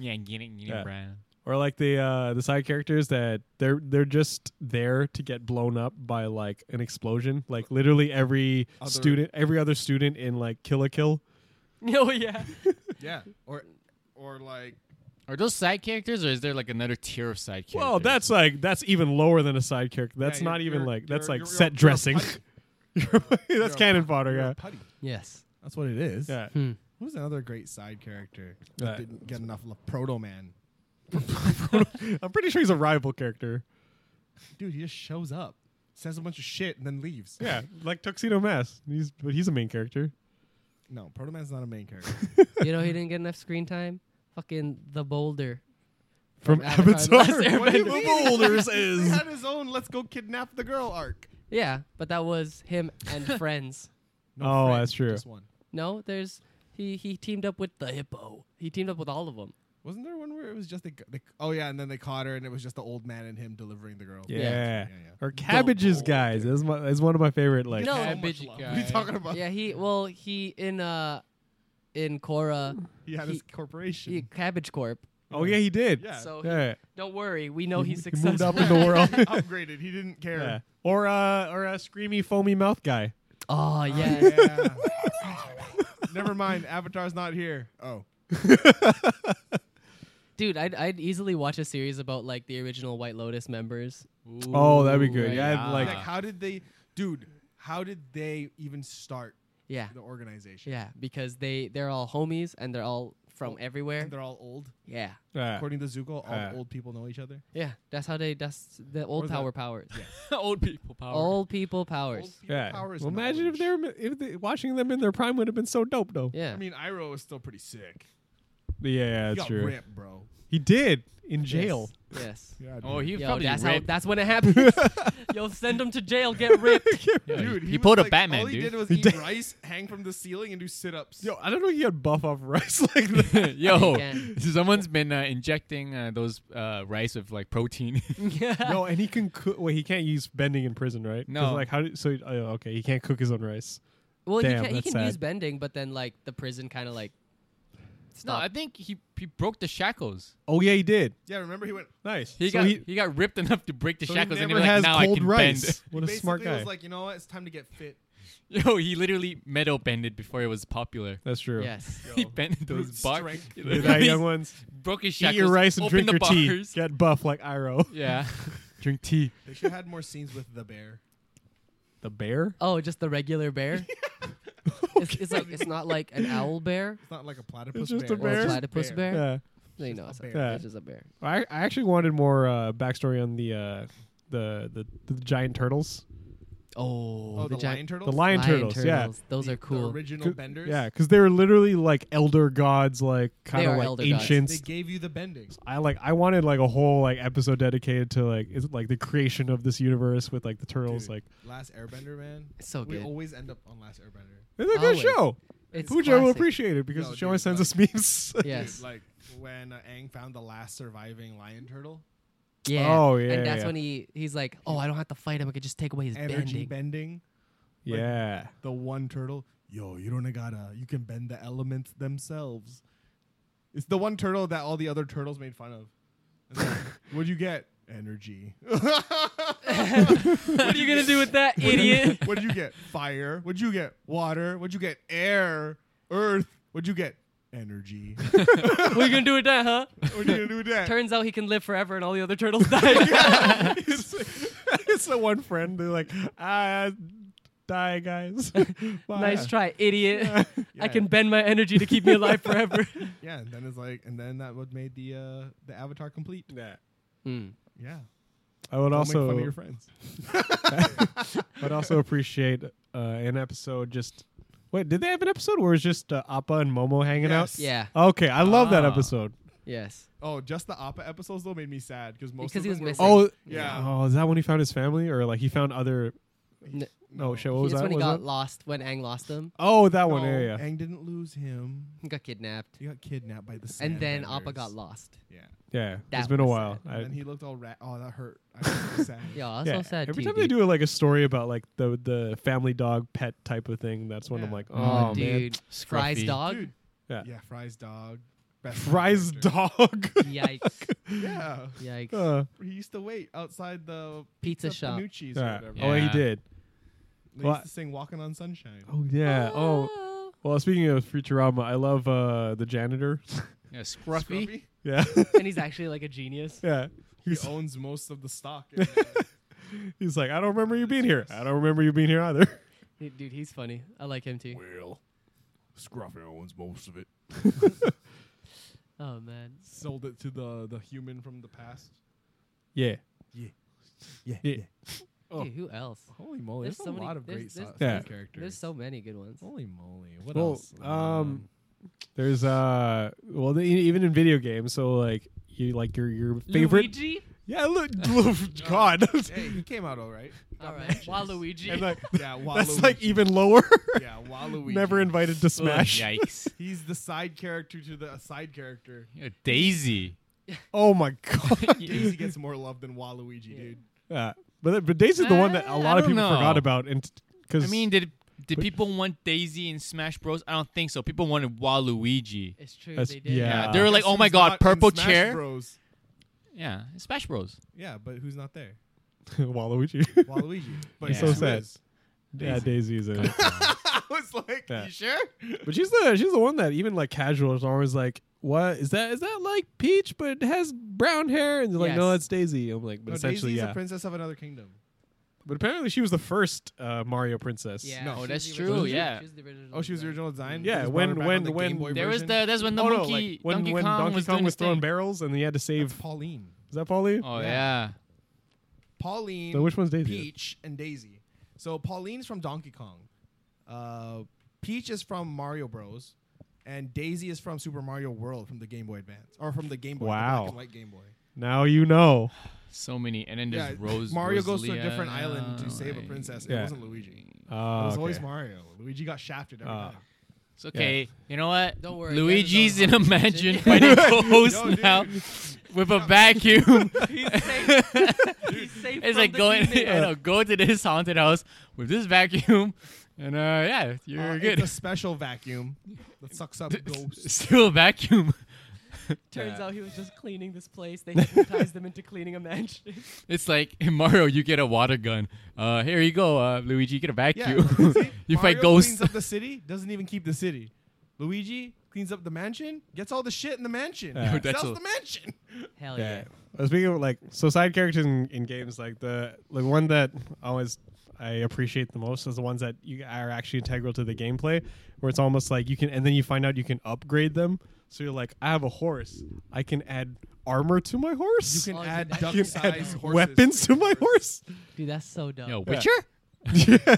A: Yeah, get it, get it,
B: Yeah.
A: Brian.
B: Or like the uh, the side characters that they're they're just there to get blown up by like an explosion. Like literally every
D: Other-
B: student, every other student in like Kill a Kill.
C: oh yeah.
D: Yeah. Or, or like,
A: Are those side characters, or is there like another tier of side characters?
B: Well, that's like that's even lower than a side character. That's
D: Yeah,
B: not
D: you're-
B: even
D: you're-
B: like that's
D: you're-
B: like
D: you're-
B: set
D: you're a
B: dressing.
D: putty.
B: that's cannon fodder,
D: You're a
B: yeah.
D: putty.
C: Yes.
D: That's what it is.
B: Yeah.
C: Hmm.
D: Who's another great side character?
B: Yeah.
D: that Didn't get enough. love? Proto Man.
B: I'm pretty sure he's a rival character.
D: Dude, he just shows up, says a bunch of shit, and then leaves.
B: Yeah, like Tuxedo Mask. He's but he's a main character.
D: No, Proto Man's not a main character.
C: You know he didn't get enough screen time. Fucking the Boulder.
B: From,
C: Avatar: The
B: Avatar,
C: Last
D: What do you
B: the
D: mean?
B: Boulders
D: he
B: is
D: had his own "Let's go kidnap the girl" arc.
C: Yeah, but that was him and friends.
B: Oh,
D: friend,
B: that's true.
D: Just one.
C: No, there's he he teamed up with the hippo. He teamed up with all of them.
D: Wasn't there one where it was just the, the oh yeah, and then they caught her, and it was just the old man and him delivering the girl.
B: Yeah.
C: Yeah,
D: yeah.
B: Or Cabbages Guys. That's my that's one of my favorite like
C: No.
D: So
C: Yeah,
D: much
A: bitch
D: love.
A: guy.
D: What are you talking about?
C: Yeah, he well he in uh in Korra,
D: He had his
C: He-
D: corporation.
C: he, Cabbage Corp.
B: Oh yeah, he did.
D: Yeah.
C: So he-
B: Yeah.
C: don't worry, we know
B: He-
C: he's
B: he moved
C: successful.
B: up in the world.
D: upgraded. He didn't care.
B: yeah. Or uh or a screamy foamy mouth guy. Ah,
C: oh yes.
D: Yeah. Never mind. Avatar's not here. Oh.
C: Dude, I'd, I'd easily watch a series about like the original White Lotus members.
B: Oh, that'd be good.
A: Ooh,
B: Yeah,
A: yeah.
B: like
D: Like, how did they, dude? How did they even start
C: Yeah.
D: the organization?
C: Yeah, because they they're all homies and they're all from everywhere.
D: And they're all old.
C: Yeah.
B: yeah.
D: According to Zuko, all
B: Yeah.
D: old people know each other.
C: Yeah, that's how they that's the
D: Or
C: old
D: the-
C: power powers.
A: old people power.
C: Old people powers.
D: Old people
B: Yeah.
D: power is
B: Well, imagine if
D: knowledge.
B: they were if they, watching them in their prime would have been so dope though.
C: yeah.
D: I mean, Iroh is still pretty sick.
B: Yeah, yeah
D: he
B: that's
D: got
B: true.
D: ripped, bro.
B: He did in jail.
C: Yes. yes.
D: Yeah,
A: Oh, he was
C: Yo,
A: probably
C: that's how
A: ripped.
C: that's when it happens. Yo, send them to jail, get ripped.
A: Yeah,
D: dude,
A: he,
D: was
A: pulled
D: like-
A: a Batman,
D: All he
A: dude.
D: did was
B: He
D: eat
B: did.
D: rice, hang from the ceiling, and do sit-ups.
B: Yo, I don't know if he had buff off rice like that.
A: Yo,
C: Again.
A: someone's been uh, injecting uh, those uh, rice with like protein.
C: yeah.
B: no, and he can cook. Wait, he can't use bending in prison, right? 'Cause,
A: No.
B: Like how? Do, so oh, okay, he can't cook his own rice.
C: Well,
B: Damn,
C: he can, he
B: that's
C: can
B: sad.
C: use bending, but then like the prison kind of like
A: no,
C: stop.
A: I think he he broke the shackles.
B: Oh yeah, he did.
D: Yeah, remember he went.
B: Nice.
A: He
B: So
A: got he, got ripped enough to break the
B: so he
A: shackles, and
B: never
A: then like
B: has
A: now I
B: cold
A: can
B: rice. What a
D: basically
B: smart guy.
D: was like, you know what? It's time to get fit.
A: bend. Yo, he literally metal bended before it was popular.
B: That's true.
C: yes.
A: He bent those
D: Brute
A: bars.
D: strength.
B: Yeah, that young ones.
A: broke his
B: Eat
A: shackles.
B: your rice and
A: opened
B: drink your
A: the
B: tea.
A: bars.
B: Get buff like Iroh.
A: Yeah.
B: Drink tea.
D: They should have had more scenes with the bear.
B: The bear?
C: Oh, just the regular bear. it's, it's like it's not like an owl bear
D: It's not like a platypus.
B: just a
D: bear.
C: or
B: Bear?
C: a platypus bear.
B: Yeah.
C: They
D: just
C: know
D: a
C: it's a
D: bear.
C: bear.
B: Yeah.
C: It's just a bear.
B: I, I actually wanted more uh, backstory on the, uh, the the the giant turtles.
C: Oh,
D: Oh, the,
C: giant
D: lion turtles.
B: The lion, turtles,
C: Those
D: The-
C: are cool.
D: The original
B: yeah.
D: benders.
B: Yeah, because they were literally like elder gods, like kind
C: are
B: of like
C: elder gods.
B: ancients.
D: They gave you the bending.
B: I like I wanted like a whole like episode dedicated to like is it, like the creation of this universe with like the turtles.
D: Dude,
B: Like
D: Last Airbender, man.
C: It's so
D: We
C: good.
D: always end up on Last Airbender.
B: it's a
C: Always.
B: good show.
C: It's
B: oh, Pooja will
C: classic.
B: appreciate it because
D: Yo,
B: the show always
D: dude,
B: sends us memes.
C: Yes.
D: Dude, like when uh, Aang found the last surviving lion turtle.
C: Yeah.
B: Oh, yeah,
C: And that's
B: yeah.
C: when he he's like, oh, I don't have to fight him. I could just take away his bending.
D: Energy bending.
B: yeah.
D: The one turtle. Yo, you don't gotta. You can bend the elements themselves. It's the one turtle that all the other turtles made fun of. It's like, What'd you get? Energy.
C: what are you gonna do with that idiot?
D: What'd you get? Fire. What'd you get? Water. What'd you get? Air. Earth. What'd you get? Energy. what
C: what are you gonna do with that, huh?
D: are you gonna do with that?
C: Turns out he can live forever, and all the other turtles die.
B: it's the one friend. They're like, uh, die, guys. Bye.
C: Nice try, idiot.
D: Yeah.
C: I can bend my energy to keep me alive forever.
D: Yeah, and then it's like, and then that would made the uh, the avatar complete.
B: Nah.
C: Hmm.
D: Yeah,
B: I would
D: Don't make
B: also
D: fun of your friends.
B: I'd also appreciate uh, an episode just. Wait, did they have an episode where it's just uh, Appa and Momo hanging
D: Yes.
C: Yeah.
B: out? Okay, I love that
A: Ah.
B: episode.
C: Yes.
D: Oh, just the Appa episodes though made me sad because most
C: Because
D: of
C: he was
D: them were-
C: missing.
B: Oh,
D: Yeah.
B: Oh, is that when he found his family, or like he found other?
C: N-
B: Oh, No, shit. What was
C: That's
B: that?
C: when he
B: Was
C: got
B: that-
C: lost, when Aang lost him.
B: Oh, that
D: No,
B: one. Yeah, yeah.
D: Aang didn't lose him.
C: He got kidnapped.
D: He got kidnapped by the.
C: and then
D: Sandbenders.
C: Appa got lost.
D: Yeah,
B: yeah.
C: That
B: It's been a
C: was
B: while.
D: and
B: I-
D: then he looked all rat. Oh, that hurt. I was so sad.
C: Yeah, that's
B: yeah.
C: so sad.
B: Every
C: too,
B: time they
C: dude.
B: do like a story about like the the family dog pet type of thing, that's when I'm
D: Yeah.
B: like,
C: Oh,
B: oh, man,
C: dude. Fry's
A: Scruffy.
C: dog?
D: dude.
B: Yeah.
D: yeah. Fry's dog. Best
B: Fry's
D: character.
B: dog.
C: Yikes.
D: Yeah,
C: Yikes.
B: Uh,
D: he used to wait outside the
C: Pizza
D: the
C: shop.
D: Panucci's or
B: yeah.
D: whatever.
B: Oh, he
A: Yeah.
B: did.
D: They
B: Well,
D: used to sing "Walking on Sunshine."
B: Oh yeah. Oh. Well, speaking of Futurama, I love uh, the janitor.
A: Yeah, scruffy.
D: Scruffy?
B: yeah.
C: and he's actually like a genius.
B: yeah.
D: He
B: He's,
D: owns most of the stock. in there.
B: he's like, I don't remember you being here. I don't remember you being here either.
C: Dude, dude, he's funny. I like him too.
D: well, Scruffy owns most of it.
C: Oh man.
D: Sold it to the the human from the past.
B: Yeah.
D: Yeah.
B: Yeah.
D: Oh.
C: Dude, who else?
D: Holy moly!
C: There's
D: There's,
C: so
D: a
C: many-
D: lot of
C: there's-
D: great
C: there's-
D: side
B: Yeah.
D: characters.
C: There's so many good ones.
D: Holy moly! What
B: Well,
D: else?
B: um, There's uh, well, the, even in video games, so like you like your your favorite.
C: Luigi?
B: Yeah, look, God,
D: hey, he came out all right.
C: All right. Waluigi.
B: And, like,
D: Yeah, Waluigi.
B: that's like even lower.
D: yeah, Waluigi.
B: Never invited to
A: Ugh,
B: Smash.
A: yikes.
D: He's the side character to the side character.
A: Yeah, Daisy.
B: oh my God.
D: Daisy gets more love than Waluigi, dude.
B: yeah, but but Daisy's the one that
A: Ah,
B: a
A: I
B: lot of
A: don't
B: people
A: know.
B: forgot about, and because
A: I mean, did did
B: But-
A: people want Daisy in Smash Bros? I don't think so. People wanted Waluigi.
C: It's true.
B: That's-
C: they did.
B: yeah.
A: Yeah, they were like,
D: Guess
A: "Oh my
D: who's
A: God,
D: not in
A: purple
D: Smash
A: chair."
D: Bros.
A: Yeah, Smash Bros.
D: Yeah, but who's not there?
B: Waluigi.
D: Waluigi. But
A: Yeah.
D: guess
A: So
D: who
B: sad.
D: is?
B: Yeah, Daisy's in it.
D: I was like,
B: Yeah.
D: you sure?
B: But she's the she's the one that even like casual is always like, what is that? Is that like Peach but it has brown hair? And they're like, no,
C: Yes.
B: that's Daisy. I'm like, but
D: No,
B: essentially,
D: Oh, Daisy's
B: yeah.
D: a princess of another kingdom.
B: but apparently, she was the first uh, Mario princess.
C: Yeah,
A: No,
C: she was
A: that's
C: the
A: true,
C: original-
A: yeah.
C: She was the original
D: Oh, she was the
C: design.
D: original design.
B: Yeah,
D: They just
B: when-
D: brought her back
B: when-
D: on the
B: when-
D: Game Boy
A: There was
D: version?
A: the there's when the
B: Oh, no,
A: monkey
B: like, when
A: Donkey
B: when
A: Kong
B: Donkey
A: was
B: Kong
A: doing
B: was
A: his
B: throwing
A: thing.
B: barrels and he had to
D: That's
B: save.
D: Pauline.
B: Is that Paulie?
A: Oh
D: Yeah.
A: yeah.
D: Pauline.
B: So which one's Daisy?
D: Peach and Daisy. So Pauline's from Donkey Kong. Uh, Peach is from Mario Bros. And Daisy is from Super Mario World from the Game Boy Advance or from the Game Boy. the black
B: Wow.
D: and white Game Boy.
B: Now you know.
A: So many, and then
D: Yeah,
A: there's Rose.
D: Mario goes to a
A: Rosalia, Oh,
D: different island to save a
A: like-
D: princess. It
B: Yeah.
D: wasn't Luigi.
B: Uh,
D: it was always Mario. Luigi got shafted every
B: Ah.
D: time.
A: It's okay. You know what?
C: Don't worry,
A: Luigi's
C: Ganon's
A: in a
C: on the
A: mansion
C: mansion.
A: fighting ghosts
D: Yo, dude.
A: now with a vacuum.
C: He's safe. He's safe.
A: It's
C: from
A: like
C: the
A: going,
C: demon.
A: you know, go to this haunted house with this vacuum, and uh, yeah, you're
D: Uh,
A: good.
D: It's a special vacuum that sucks up ghosts.
A: Still a vacuum.
C: Turns out he was just cleaning this place. They hypnotized him into cleaning a mansion.
A: It's like in Mario, you get a water gun. Uh, here you go, uh, Luigi, get a vacuum.
D: see?
A: you
D: Mario
A: fight
D: Cleans
A: ghosts.
D: up the city, doesn't even keep the city. Luigi cleans up the mansion, gets all the shit in the mansion,
B: Yeah.
A: Dude, that's
D: sells
A: a-
D: the mansion.
C: Hell
B: Yeah.
C: yeah.
B: Uh, Speaking of like so side characters in, in games, like the the one that always I appreciate the most is the ones that you are actually integral to the gameplay, where it's almost like you can and then you find out you can upgrade them. So you're like, I have a horse, I can add armor to my horse,
D: You can
C: Oh, is it
D: add
C: that-
D: duck
B: I can add
D: size horses.
B: weapons to my horse.
C: Dude, that's so dumb.
A: Yo,
C: It,
A: Witcher?
B: yeah,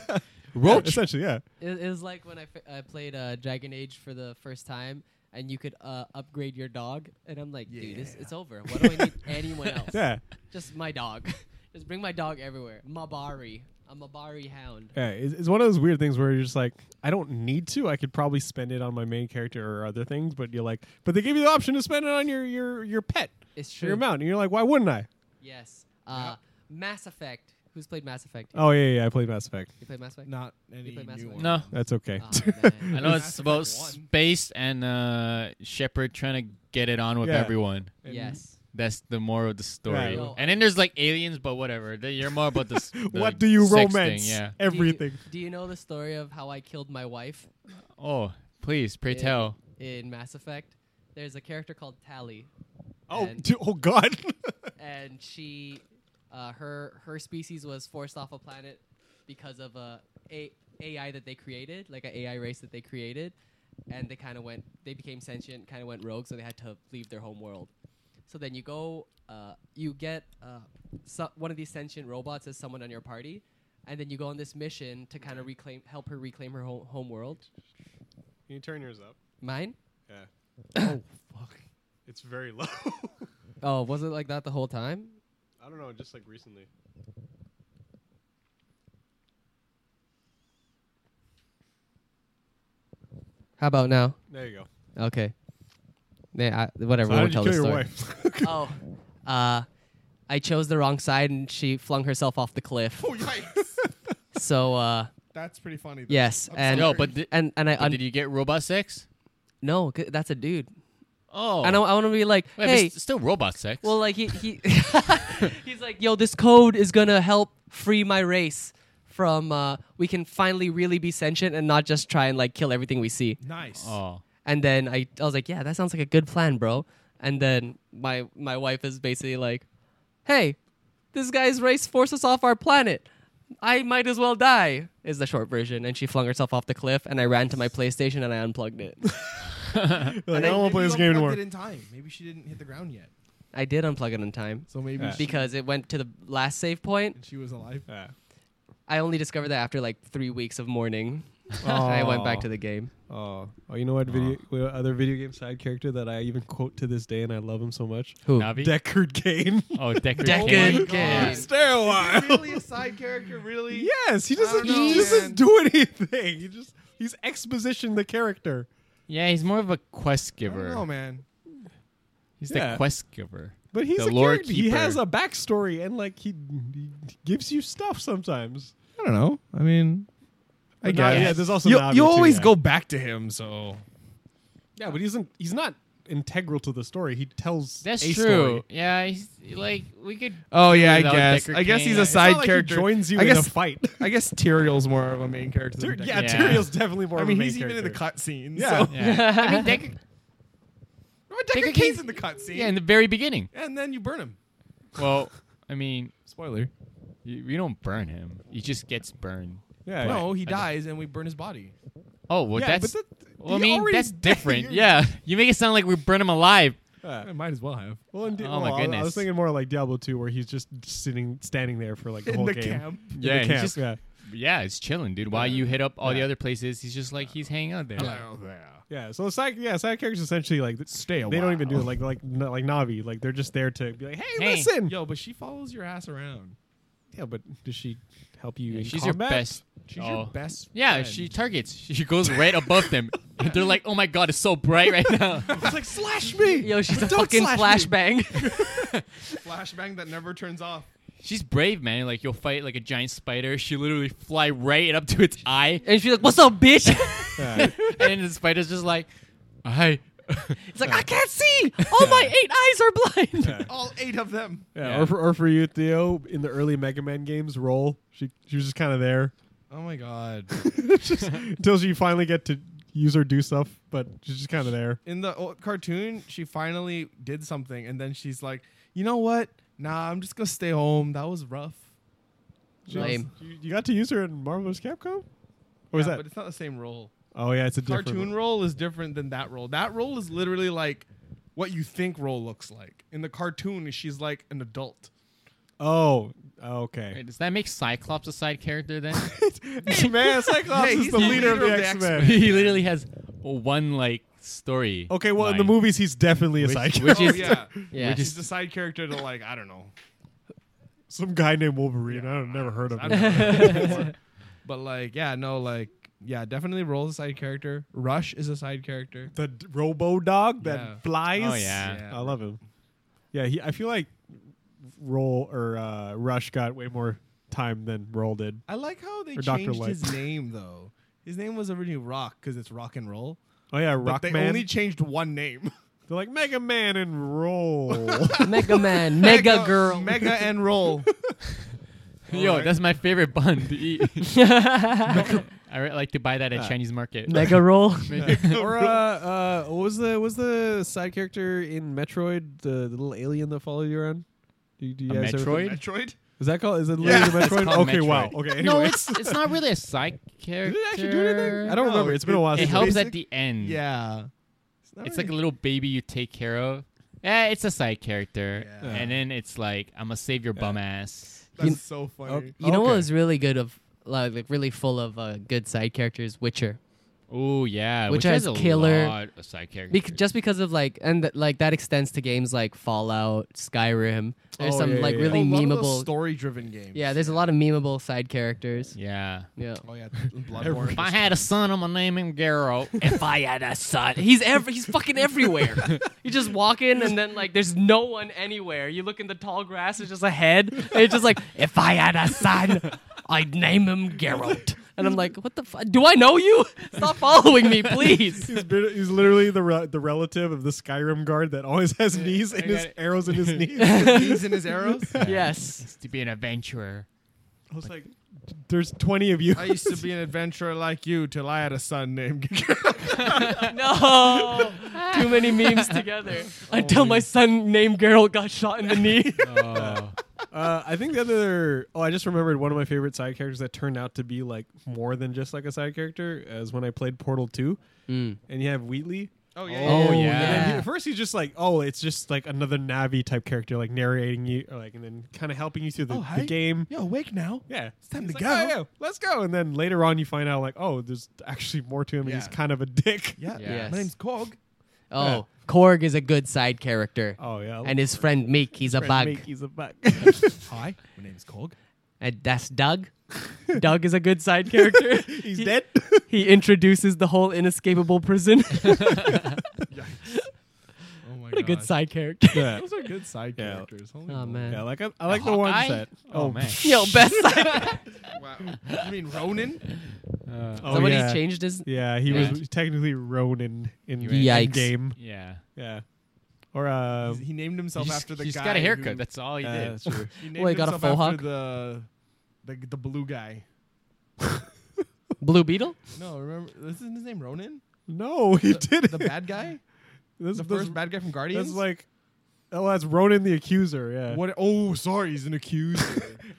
A: Roach?
B: essentially, yeah.
C: it was like when I fi- I played uh, Dragon Age for the first time, and you could uh, upgrade your dog, and I'm like, dude, it's, it's over. What do I need anyone else?
B: Yeah,
C: Just my dog. just bring my dog everywhere. Mabari. A Mabari hound.
B: yeah. It's, it's one of those weird things where you're just like, I don't need to. I could probably spend it on my main character or other things, but you're like, but they give you the option to spend it on your your your pet.
C: It's
B: your
C: true.
B: mount. And you're like, why wouldn't I?
C: Yes. Uh, Mass Effect. Who's played Mass Effect?
B: Oh yeah, yeah, I played Mass Effect.
C: You played Mass Effect?
D: Not any
C: You play Mass
D: new
C: Effect?
D: one.
A: No.
B: That's okay.
C: Oh, man.
A: I know
D: Mass
A: it's about
D: Effect one.
A: space and uh, Shepard trying to get it on with
B: Yeah.
A: everyone.
C: yes.
A: That's the moral of the story.
B: Yeah.
A: And then there's like aliens, but whatever. They- You're more about this.
B: what do you
A: sex
B: romance?
A: Thing, yeah.
C: Do you-
B: Everything.
C: Do you, know the story of how I killed my wife
A: Oh, please, pray
C: Yeah.
A: tell.
C: in Mass Effect? There's a character called Tally,
B: Oh,
C: And-
B: d- oh God.
C: and she, uh, her her species was forced off a planet because of a a AI that they created, like an AI race that they created, and they kind of went, they became sentient, kind of went rogue, so they had to leave their home world. So then you go, uh, you get uh, so one of these sentient robots as someone on your party, and then you go on this mission to kind of reclaim, help her reclaim her ho- home world.
B: Can you turn yours up?
C: Mine?
B: Yeah.
D: oh fuck.
B: It's very low.
C: Oh, was it like that the whole time?
B: I don't know, just like recently.
C: How about now?
B: There you go.
C: Okay. Yeah, I, whatever.
B: So
C: we'll
B: how did you
C: tell
B: kill
C: the
B: your
C: story.
B: wife?
C: oh, uh, I chose the wrong side and she flung herself off the cliff.
D: Oh yikes.
C: So uh,
D: That's pretty funny. though.
C: yes,
D: I'm
C: and
A: No,
D: sorry.
A: but, di-
C: and and I
A: but
C: un-
A: did you get robot sex?
C: no, c- that's a dude.
A: Oh,
C: And I, I want to be like,
A: Wait, but
C: hey,
A: it's still robot sex.
C: well, like he he, he's like, yo, this code is gonna help free my race from. Uh, we can finally really be sentient and not just try and like kill everything we see.
D: nice.
A: oh,
C: And then I, I was like, yeah, that sounds like a good plan, bro. And then my my wife is basically like, hey, this guy's race forced us off our planet. I might as well die, is the short version. And she flung herself off the cliff, and I ran to my PlayStation and I unplugged it.
B: I don't want to play this game anymore.
D: It in time. Maybe she didn't hit the ground yet.
C: I did unplug it in time
D: So maybe
B: Yeah.
D: she,
C: because it went to the last save point.
D: and she was alive.
B: Yeah.
C: I only discovered that after like three weeks of mourning. I went back to the game.
B: Oh, oh, you know what? Video what other video game side character that I even quote to this day, and I love him so much.
C: Who?
A: Navi.
B: Deckard Cain.
A: oh, Deckard.
C: Deckard
A: Cain.
C: Cain. Yeah.
B: Stay a while.
D: really a side character? Really?
B: Yes, he doesn't.
D: don't know,
B: he doesn't
D: man.
B: do anything. He just he's exposition the character.
A: Yeah, he's more of a quest
D: I don't
A: giver.
D: know, man.
A: He's
B: Yeah.
A: the quest giver.
B: But he's
A: The
B: a
A: lore
B: character. He
A: keeper.
B: has a backstory and like he, he gives you stuff sometimes.
D: I don't know. I mean, I
B: But Navi-
D: guess.
B: yeah, there's also
D: you,
B: Navi
D: you
B: too,
D: always
B: yeah.
D: go back to him, so
B: Yeah, but he isn't. He's not integral to the story. He tells.
A: That's
B: a
A: true.
B: Story.
A: Yeah, he's like we could.
D: Oh yeah, I
A: Without
D: guess.
A: Decker
D: I guess
A: Kane,
D: he's a
A: it's
B: It's not
D: side
B: like he
D: character.
B: joins you
D: I
B: in
D: guess.
B: a fight.
D: I guess Tyriel's more of a main character.
B: Tyr-
D: Than Decker
B: yeah,
D: Kane.
A: Yeah.
B: Tyrion's definitely more.
D: I
B: of a
D: mean,
B: main
D: he's even in the
B: character.
D: cutscenes.
B: Yeah.
D: so.
A: Yeah. I mean, Deckard.
D: Remember Decker
A: Decker
D: Kane's
A: Kane-
D: in the cutscene.
A: Yeah, in the very beginning.
D: and then you burn him.
A: Well, I mean,
D: Spoiler.
A: you, you don't burn him. He just gets burned.
B: Yeah.
D: No, he
A: I don't-
D: dies, and we burn his body.
A: Oh well,
B: Yeah,
A: that's.
B: but that-
A: well, I
B: he
A: mean,
B: already
A: that's
B: died.
A: different.
B: You're-
A: yeah, you make it sound like we burn him alive.
B: Yeah.
D: might as well have.
B: Well, indeed,
A: Oh my
B: well, I- I was
A: goodness.
B: thinking more like Diablo 2, where he's just sitting, standing there for like the
D: In
B: whole
D: the
B: game.
D: camp.
B: In
A: Yeah,
B: the
A: he's
B: camp,
A: just-
B: yeah,
A: Yeah, it's chilling, dude. While you hit up all the
B: Yeah.
A: other places, he's just like he's hanging out there.
B: yeah. So the side, yeah, side characters essentially like
D: Stay a
B: they don't
D: while.
B: even do it like like no- like Navi, like they're just there to be like, hey,
A: Hey.
B: listen.
D: Yo, but she follows your ass around.
B: Yeah, but does she help you? in
A: She's your
B: combat?
A: best.
D: She's
A: oh.
D: your best.
A: Yeah,
D: friend.
A: she targets. She goes right above them. And they're like, "Oh my god, it's so bright right now."
D: It's like slash me.
C: Yo, she's a
D: Don't
C: fucking
D: slash me.
C: flashbang.
D: Flashbang that never turns off.
A: She's brave, man. Like you'll fight like a giant spider. She literally fly right up to its eye,
C: and she's like, what's up, bitch?
B: Yeah.
A: and the spider's just like, "Hi."
C: It's like, I can't see. All my eight eyes are blind.
D: All eight of them.
B: Yeah,
A: Yeah.
B: Or for or for you, Theo, in the early Mega Man games, roll. She she was just kind of there
D: Oh my god.
B: Just- until she finally get to use her do stuff, but she's just kind of there.
D: In the old cartoon, she finally did something, and then she's like, "You know what? Nah, I'm just gonna stay home. That was rough."
B: She
C: Lame.
B: was- you, you got to use her in Marvel vs. Capcom. Or was
D: Yeah,
B: that?
D: But it's not the same role.
B: Oh yeah, it's a different
D: Cartoon role is different than that role. That role is literally like what you think role looks like. In the cartoon, she's like an adult.
B: Oh, okay.
A: Wait, does that make Cyclops a side character then?
B: Man, Cyclops
D: Hey,
B: is
D: he's
B: the leader of the X Men.
A: he literally has one like story.
B: Okay, well, in the
A: line.
B: movies, he's definitely a
A: Which-
B: psychic.
A: which
D: Oh,
A: is-
D: yeah.
C: Yeah.
D: She's the side character to like I don't know.
B: Some guy named Wolverine. I don't never heard of
D: I
B: him.
D: don't know. Before. but like yeah, no like yeah, definitely role's a side character. Rush is a side character.
B: the d- Robo Dog that
D: Yeah.
B: flies.
A: Oh, yeah.
D: Yeah.
B: I love him. Yeah, he. I feel like Roll or uh, Rush got way more time than Roll did.
D: I like how they
B: Or Dr.
D: changed
B: White.
D: his name though. His name was originally Rock because it's rock and roll.
B: Oh yeah,
D: But they
B: Rockman.
D: only changed one name.
B: They're like Mega Man and Roll.
C: Mega Man, Mega Girl.
D: Mega and Roll.
A: Yo,
D: Alright.
A: that's my favorite bun to eat. I re- like to buy that at
B: Yeah.
A: Chinese market.
C: Mega Roll.
B: or uh, uh, what was the what was the side character in Metroid the, the little alien that followed you around? Do, do you
A: A
B: guys ever-
A: Metroid?
D: Metroid?
B: Is that called? Is it
D: Yeah.
B: literally
A: It's
B: Metroid?
A: called
B: Okay, wow.
A: Metroid.
B: Okay, anyway.
A: No, it's it's not really a side
B: Did
A: character.
B: it actually do anything? I don't
D: No,
B: remember. It's been a while
A: It
B: since.
A: helps
D: basic-
A: at the
B: Mm.
A: end.
D: Yeah.
A: It's like a little baby you take care of. Eh, it's a side character.
D: Yeah.
A: And then it's like, I'm going to save your bum ass.
D: That's
C: You-
D: so funny. Oh,
B: Okay.
C: You know what
B: Okay.
C: was really good of like, like really full of uh, good side characters? Witcher,
A: Oh, yeah.
C: Which
A: Which,
C: has
A: has a
C: killer-
A: lot of side characters.
C: Bec- just because of like and th- like that extends to games like Fallout, Skyrim. There's
B: Oh,
C: some
B: yeah,
C: like
B: yeah, yeah.
C: really memeable.
D: story-driven games.
C: yeah, there's a lot of memeable side characters.
A: yeah.
C: Yeah.
D: Oh yeah, Bloodborne.
A: If I had a son, I'm going to name him Garrow.
C: if I had a son, he's every he's fucking everywhere. you just walk in and then like there's no one anywhere. You look in the tall grass, there's just a head. And it's just like if I had a son, I'd name him Geralt. And I'm like, what the fuck? Do I know you? Stop following me, please.
B: He's, been- he's literally the re- the relative of the Skyrim guard that always has knees and
A: I
B: his
A: got it.
B: arrows in his knees.
D: He's in his arrows.
C: Yes.
A: to be an adventurer.
B: I was like, "There's 20 of you."
D: I used to be an adventurer like you till I had a son named.
C: No. Too many memes together. Until my son named Geralt got shot in the knee.
A: Oh.
B: Uh, I think the other. Oh, I just remembered one of my favorite side characters that turned out to be like more than just like a side character. As when I played Portal Two,
C: Mm.
B: and you have Wheatley.
D: oh
A: Oh,
B: And then
A: yeah.
B: he- at first he's just like, oh, it's just like another Navi type character, like narrating you, or, like, and then kind of helping you through the,
D: Oh,
B: the
D: hi.
B: game.
D: Yo, awake now.
B: Yeah, it's
D: time to
B: like,
D: go.
B: "Oh, yeah, let's go. And then later on, you find out like, oh, there's actually more to him, and he's
D: Yeah.
B: kind of a dick.
D: Yeah.
A: Yes.
D: My name's Cog.
C: Oh, Korg is a good side character.
B: Oh yeah,
C: And his friend Meek, he's a
B: Friend
C: bug.
B: Meek, he's a bug.
D: Hi. My name's Cog.
C: And Uh, that's Doug. Doug is a good side character.
B: he's
C: He-
B: dead.
C: He introduces the whole inescapable prison.
D: Oh my
C: what a good side character.
B: yeah.
D: Those are good side
B: Yeah.
D: characters. Holy
C: Oh
D: moly.
C: man.
B: yeah, like I, I like the, one
A: Hawkeye?
B: set.
A: Oh, man.
C: Yo, best side.
D: Wow. I mean Ronan.
A: Uh,
B: Oh,
C: Somebody
B: yeah.
C: changed his.
B: Yeah, he
A: Yeah.
B: was technically Ronin in
C: Yikes.
B: game.
A: yeah.
B: Yeah, or uh,
D: He named himself
A: He's-
D: after the
A: he's
D: guy.
A: got a haircut.
D: who-
A: That's all he
B: uh,
A: did.
B: that's true.
D: he named
C: Well, he got a
D: himself
C: faux
D: after
C: hawk.
D: The, the the blue guy.
C: Blue Beetle?
D: No, remember isn't his name Ronan?
B: no, he didn't.
D: The bad guy?
B: That's,
D: The
B: that's-
D: first bad guy from Guardians?
B: That's like, oh, that's Ronan the Accuser. Yeah,
D: what oh sorry, he's an accuser.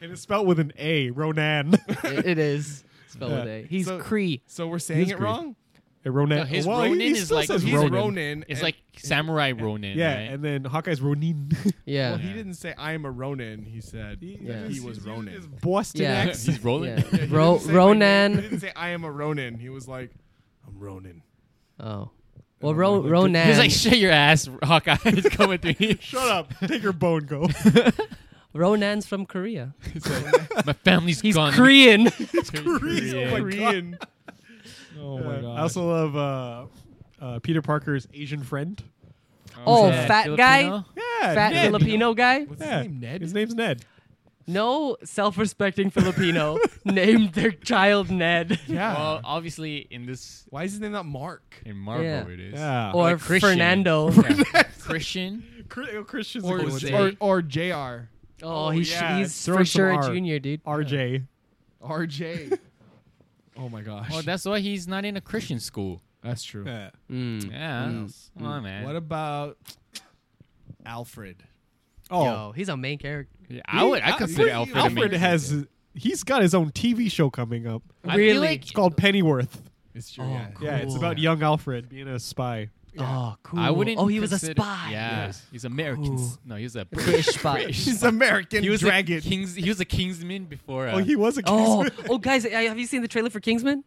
B: and it's spelled with an A, Ronan.
C: It- it is. Spelled with
B: Yeah.
C: A. He's
D: So-
C: Cree.
D: so we're saying
B: He's
D: it
B: great.
D: wrong?
B: Hey, Ronan.
A: No, his
B: well, he- he
A: Ronin is
B: still
A: like-
B: says
A: He's
D: He's
B: Ronin.
D: Ronan.
A: It's
D: and-
A: like Samurai Ronin.
B: Yeah,
A: right?
B: and then Hawkeye's Ronin.
C: Yeah.
D: Well, he didn't say I am a Ronin. He said
C: Yeah.
D: he was Ronin.
B: His Boston
C: Yeah.
B: accent.
A: he's rolling.
C: Yeah.
D: Yeah, he
C: Ro-
D: didn't say my name. He
C: Ronan.
D: didn't say I am a Ronin. He was like, I'm Ronin.
C: Oh. Well, Ro-
B: He's
C: Ronan.
A: He's like, shut your ass, Hawkeye. It's coming through you.
B: Shut up. Take your bone. Go.
C: Ronan's from Korea.
A: My family's
C: He's
A: gone.
C: Korean.
B: Korean.
D: Korean.
A: oh
B: Uh, I also love uh, uh, Peter Parker's Asian friend.
C: Oh,
A: Yeah,
C: fat guy.
A: Filipino?
B: Yeah,
C: Fat
B: Ned.
C: Filipino guy?
D: What's
B: Yeah.
D: his name? Ned.
B: His name's Ned.
C: No self respecting Filipino named their child Ned.
D: yeah.
A: Well, obviously in this
D: Why is his name not Mark?
A: in Marvel
C: Yeah.
A: it is.
B: Yeah.
C: Or
A: Like Christian.
C: Fernando.
A: Yeah. Christian.
B: Chri- oh, Christian's
D: Or
B: a good
A: Jose.
B: one.
D: or, or Jr.
C: Oh,
B: Oh,
C: he's,
B: yeah,
C: he's
B: throw
C: for
B: in some
C: sure
B: R.
C: a junior, dude.
B: RJ.
D: RJ. oh my gosh.
A: Oh, that's why he's not in a Christian school.
D: that's true.
B: Yeah.
A: Yeah.
D: Mm.
A: Come on, man.
D: What about Alfred?
B: Oh,
C: Yo, he's a main character.
A: Yeah, I would. I
B: Al-
A: consider Alfred. a
B: Alfred
A: main
B: has. He's got his own TV show coming up.
A: character. I
C: Really?
A: feel like
B: It's called Pennyworth.
D: It's true.
C: Oh,
D: yeah.
C: cool.
B: Yeah, it's about young Alfred being a spy.
C: Oh, cool.
A: I wouldn't.
C: Oh, he was a
A: consider-
C: spy.
A: Yeah,
D: Yes.
A: he's American.
C: Cool.
A: No, he was a
C: British spy.
D: He's American
A: He was
D: dragon.
A: a Kings. He was a Kingsman before. Uh,
B: Oh, he was a
C: Oh,
B: Kingsman.
C: oh, guys, uh, have you seen the trailer for Kingsman?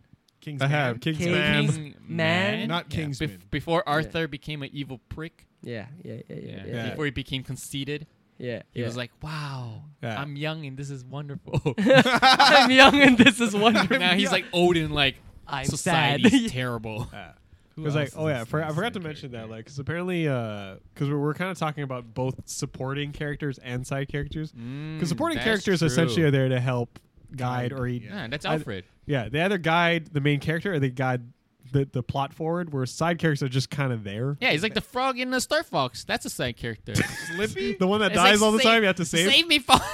D: King's
B: I have
D: man.
B: Kingsman.
C: Kings- Man?
D: Not
A: Yeah,
D: Kingsman.
A: bef- before Arthur became an evil prick.
C: Yeah, yeah, yeah, yeah,
A: Yeah.
C: yeah. yeah.
A: Before he became conceited, he was like, "Wow,
B: Yeah.
A: I'm young and this is wonderful."
C: I'm young and this is wonderful.
A: now he's like Odin, like
C: I'm
A: society's
C: sad.
A: terrible.
D: Who
B: Because
D: else
B: like,
D: is
B: oh yeah,
D: this
B: for, I
D: nice
B: forgot to
D: guy
B: mention that.
D: character?
B: Like, because apparently, because we're, we're kind of talking about both supporting characters and side characters.
A: Mm, Hmm,
B: Because Mm, supporting characters essentially are there to help guide or e-
A: Yeah, that's
B: I-
A: Alfred.
B: yeah, they either guide the main character or they guide the, the plot forward. Where side characters are just kind of there.
A: yeah, he's like the frog in the Star Fox. That's a side character.
D: Slippy.
B: The one that
A: It's
B: dies
A: like,
B: all the
A: save-
B: time, you have to save.
A: Save me, Fox.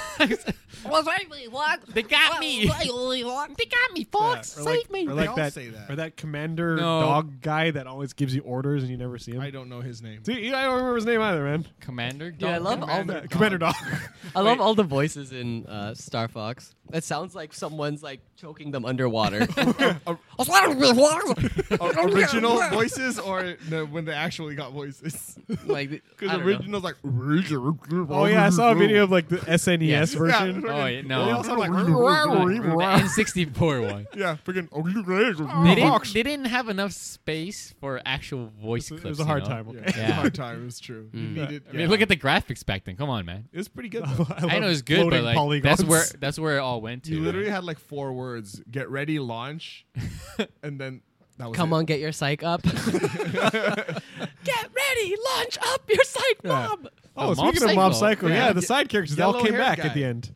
E: What's right? What?
A: They got me. They got me, folks.
D: or
A: Save
D: like-
A: me.
D: or
B: Or
D: They
B: like
D: all
B: that,
D: say that.
B: or that commander
A: No.
B: dog guy that always gives you orders and you never see him.
D: I don't know his name.
B: Dude, I don't remember his name either, man.
A: Commander.
C: Dude, I
A: Dog.
C: love all the
D: Commander- Commander Dog.
C: I love all the voices in uh, Star Fox. It sounds like someone's like choking them underwater.
D: O- original voices or no, when they actually got voices?
C: like I
D: Because
C: don't know.
D: original's like.
B: Oh
D: Oh
B: yeah, I saw a video of like the SNES
A: Yes.
B: version.
A: Oh, yeah, no.
D: They all sound like.
A: the N64 one.
D: Yeah, freaking.
A: They didn't, they didn't have enough space for actual voice
B: It
A: clips.
B: was a hard
A: you know?
B: time.
D: Yeah,
B: okay.
D: it's a
A: Yeah.
D: hard time. It's true. You needed.
A: I mean, look at the graphics back then. Come on, man.
D: It's pretty good. Though.
A: I
B: love
A: know it's good, but
B: floating
A: like
B: polygons.
A: that's where that's where it all went to.
D: You literally had like four words: get ready, launch, and then that was.
C: Come
D: it.
C: on, get your psych up. get ready, launch up your psych
B: Yeah.
C: mob.
B: Oh,
A: Uh, Mob
B: speaking of Mob
A: Psycho.
B: Psycho, yeah,
D: Yeah.
B: the side characters they all came
D: Yellow-haired
B: back at
D: guy.
B: the end.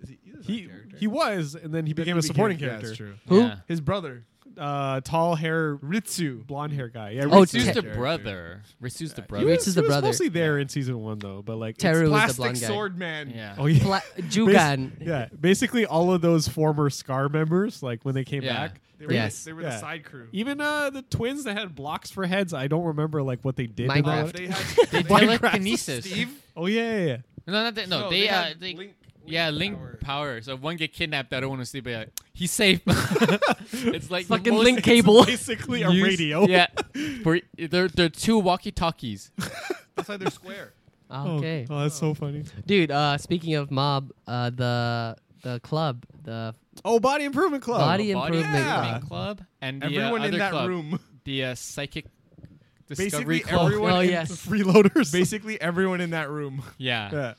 D: Is he, is
B: He
D: that character?
B: he was, and then he
D: Then
B: became
D: he
B: a supporting
D: became- yeah,
B: character.
D: that's true.
A: Who?
D: His brother
B: Uh, tall hair,
D: Ritsu.
B: blonde hair guy. Yeah,
C: Oh,
B: Ritsu.
A: Ritsu's
C: Te-
A: the brother. Ritsu's the
B: He
A: brother.
B: was-
C: Ritsu's the
B: he was
C: brother.
B: mostly there in season one though, but like
C: Teru was the
D: Plastic
C: blonde guy.
D: sword man.
A: yeah.
B: Oh yeah.
C: Pla-
B: Bas-
C: Jugan.
B: Yeah, basically all of those former Scar members, like when they came
A: Yeah.
B: back.
D: They were
C: Yes.
D: The, they were
B: Yeah.
D: the side crew.
B: Even uh, the twins that had blocks for heads, I don't remember like what they did. with
C: Minecraft.
D: Uh,
B: that.
D: they had, they had
A: Telekinesis.
D: Steve.
B: Oh yeah, yeah, yeah.
A: No, not that, no, They, uh,
D: had
A: they,
D: Link-
A: yeah, Link power.
D: power.
A: So if one get kidnapped, the other one will sleep. But like, he's safe. it's like the
C: Fucking
A: most
C: link cable.
B: Basically a
A: used-
B: radio.
A: Yeah, for, they're they're two walkie talkies.
D: That's why they're square.
B: Oh,
C: Okay,
B: oh, that's so funny.
C: dude. Uh, speaking of mob, uh, the the club, the
B: Oh, Body Improvement Club.
C: Body Improvement
B: Yeah.
C: Club.
A: Club and the
D: Everyone
A: uh, other
D: in that
A: club,
D: room.
A: the uh, psychic discovery
D: Basically
A: club.
D: everyone.
C: Oh,
D: in,
C: yes.
B: Freeloaders.
D: Basically everyone in that room.
A: Yeah.
B: Yeah.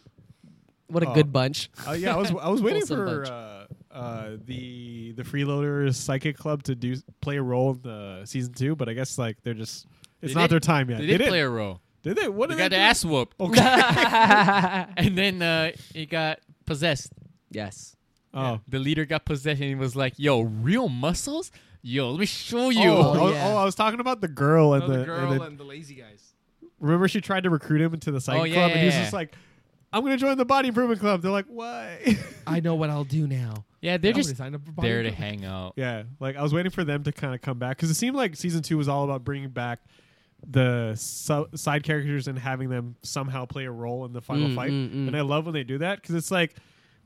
C: What a
B: Oh.
C: good bunch.
B: Uh, yeah, I was I was waiting
C: Wholesome
B: for
C: bunch.
B: uh, uh, the the Freeloaders Psychic Club to do play a role in the season two, but I guess like they're just it's
A: They
B: not
A: did-
B: their time yet.
A: They
B: They,
A: did
B: did
A: play a role.
B: Did they? What
A: They
B: did
A: got
B: they
A: their
B: do?
A: ass whooped,
B: Okay.
A: and then uh, he got possessed.
C: yes.
B: oh.
A: The leader got possessed, and he was like, "Yo, real muscles? Yo, let me show you."
B: Oh, I
C: Oh,
B: was-
C: yeah.
B: oh, I was talking about the girl and,
D: Oh,
B: the,
D: the girl
B: and
D: and
B: the-
D: the, lazy guys.
B: remember she tried to recruit him into the psych
A: Oh, yeah,
B: club, and he was
A: yeah,
B: just
A: yeah.
B: like, "I'm gonna join the Body Improvement Club." They're like, "Why?"
C: I know what I'll do
D: Oh,
C: now.
A: Yeah, they're just
D: signed up for
A: there to hang out.
B: yeah, like I was waiting for them to kind of come back because it seemed like season two was all about bringing back the su- side characters and having them somehow play a role in the final
C: Mm,
B: fight.
C: mm, mm.
B: And I love when they do that because it's like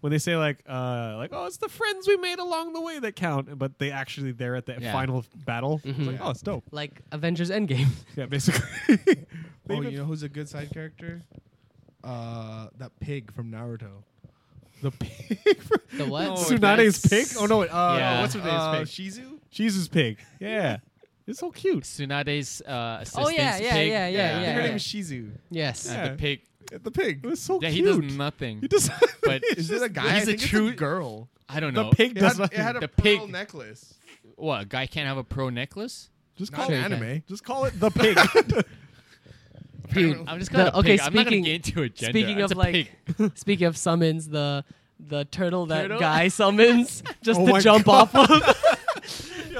B: when they say like, uh, like, "Oh, it's the friends we made along the way that count," but they actually there at the
A: Yeah.
B: final battle. It's like,
D: Mhm.
B: oh, it's dope.
C: Like Avengers Endgame.
B: Yeah, basically. They
D: Oh,
B: even-
D: you know who's a good side character? Uh, that pig from Naruto.
B: The pig. for-
C: The what?
A: No,
B: Tsunade's pig?
A: that's-
B: Oh no! Uh,
A: Yeah.
B: What's her name's
D: Uh,
B: pig?
D: Shizu.
B: She's his pig. Yeah, it's so cute.
A: Tsunade's uh,
C: Oh,
A: assistant's
C: yeah, yeah,
A: pig.
C: yeah, yeah,
D: I
C: yeah,
D: think her
C: yeah.
D: name is Shizu.
C: Yes.
A: And
B: Yeah.
A: the pig.
D: The pig.
B: It's so
A: Yeah,
B: cute.
A: he does nothing.
B: He does.
A: But-
B: it's
D: Is it a
B: just-
D: guy?
A: He's
D: I
A: a
D: think it's
A: true-
D: a girl.
A: I don't
B: The
A: know.
B: pig
D: It had,
B: does
D: it
B: nothing.
D: had a
A: The
D: pearl
A: pig.
D: necklace.
A: What? A guy can't have a pro necklace?
B: just
D: Not
B: call
D: an
B: it.
C: Sure,
D: anime.
C: guy.
B: Just call it the pig.
C: Dude,
A: I'm just
C: The-
A: gonna.
C: okay,
A: Pig. I'm not gonna
C: speaking-
A: get into a gender.
C: Speaking
A: It's
C: of
A: a
C: like,
A: pig.
C: speaking of summons, the the turtle that
A: Turtle?
C: guy summons just
B: Oh my
C: to jump off of.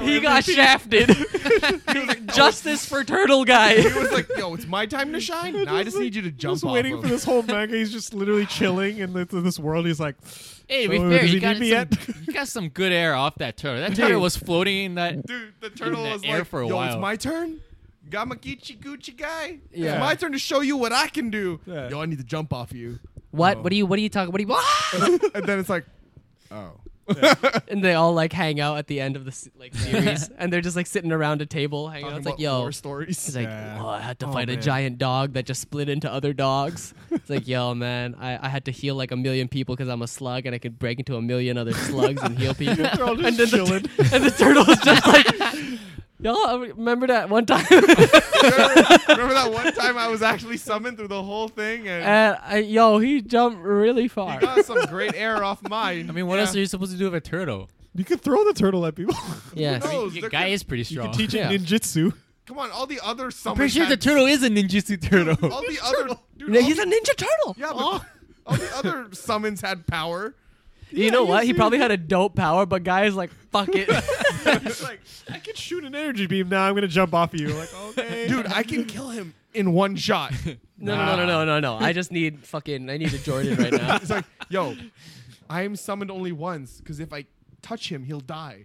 C: he got shafted. Justice for turtle guy.
D: He was like, "Yo, it's my time to shine. Now I just
B: like-
D: need you to jump
B: just
D: off
B: waiting
D: of.
B: for this whole manga. He's just literally chilling in th- this world. He's like,
A: Hey, to be
B: Oh,
A: fair,
B: does
A: you
B: he
A: got,
B: need me
A: some,
B: yet?
A: you got some good air off that turtle. That turtle was floating in that.
D: Dude, the turtle
A: the
D: was
A: air
D: like,
A: for a
D: "Yo,
A: while.
D: it's my turn. Gamagichi Gucci guy.
C: Yeah.
D: It's my turn to show you what I can do.
B: Yeah.
D: Yo, I need to jump off you."
C: What? What are you? What are you talking? What are you?
D: and then it's like, "Oh,
C: and they all like hang out at the end of the s- like series, and they're just like sitting around a table hanging out.
D: Talking
C: It's
D: about
C: like, yo,
D: war stories."
C: It's like,
B: Yeah.
C: oh, I had to
B: Oh,
C: fight a
B: man.
C: giant dog that just split into other dogs. It's like, yo, man, I, I had to heal like a million people because I'm a slug and I could break into a million other slugs and heal people.
B: they're all
C: and,
B: just
C: then the,
B: chilling.
C: and the turtle's just like, y'all remember that one time?
D: remember, remember that one time I was actually summoned through the whole thing
A: Uh,
D: and
C: and I, yo, he jumped really
D: I
C: far.
D: got some great air off mine.
A: I mean, what else are you supposed to do with a turtle?
B: you can throw the turtle at people.
C: Yes.
A: I mean,
D: knows?
A: the
D: There
A: guy
D: could-
A: is pretty
B: you
A: strong.
B: can teach
C: Yeah.
B: him ninjutsu.
D: Come on, all the other summons.
A: Pretty sure the
D: had-
A: turtle is a ninjutsu turtle.
D: All the other. Dude,
C: No,
D: all
C: he's
D: the-
C: a ninja turtle.
D: Yeah, but all the other summons had power.
C: you know what? He probably had a dope power, but guy is like, fuck it.
B: He's like, I can shoot an energy beam now. I'm gonna jump off of you. Like, okay,
D: Dude, I can kill him in one shot.
C: No, no, no, no, no, no, no. I just need fucking. I need a Jordan right now.
D: it's like, yo, I am summoned only once because if I touch him, he'll die.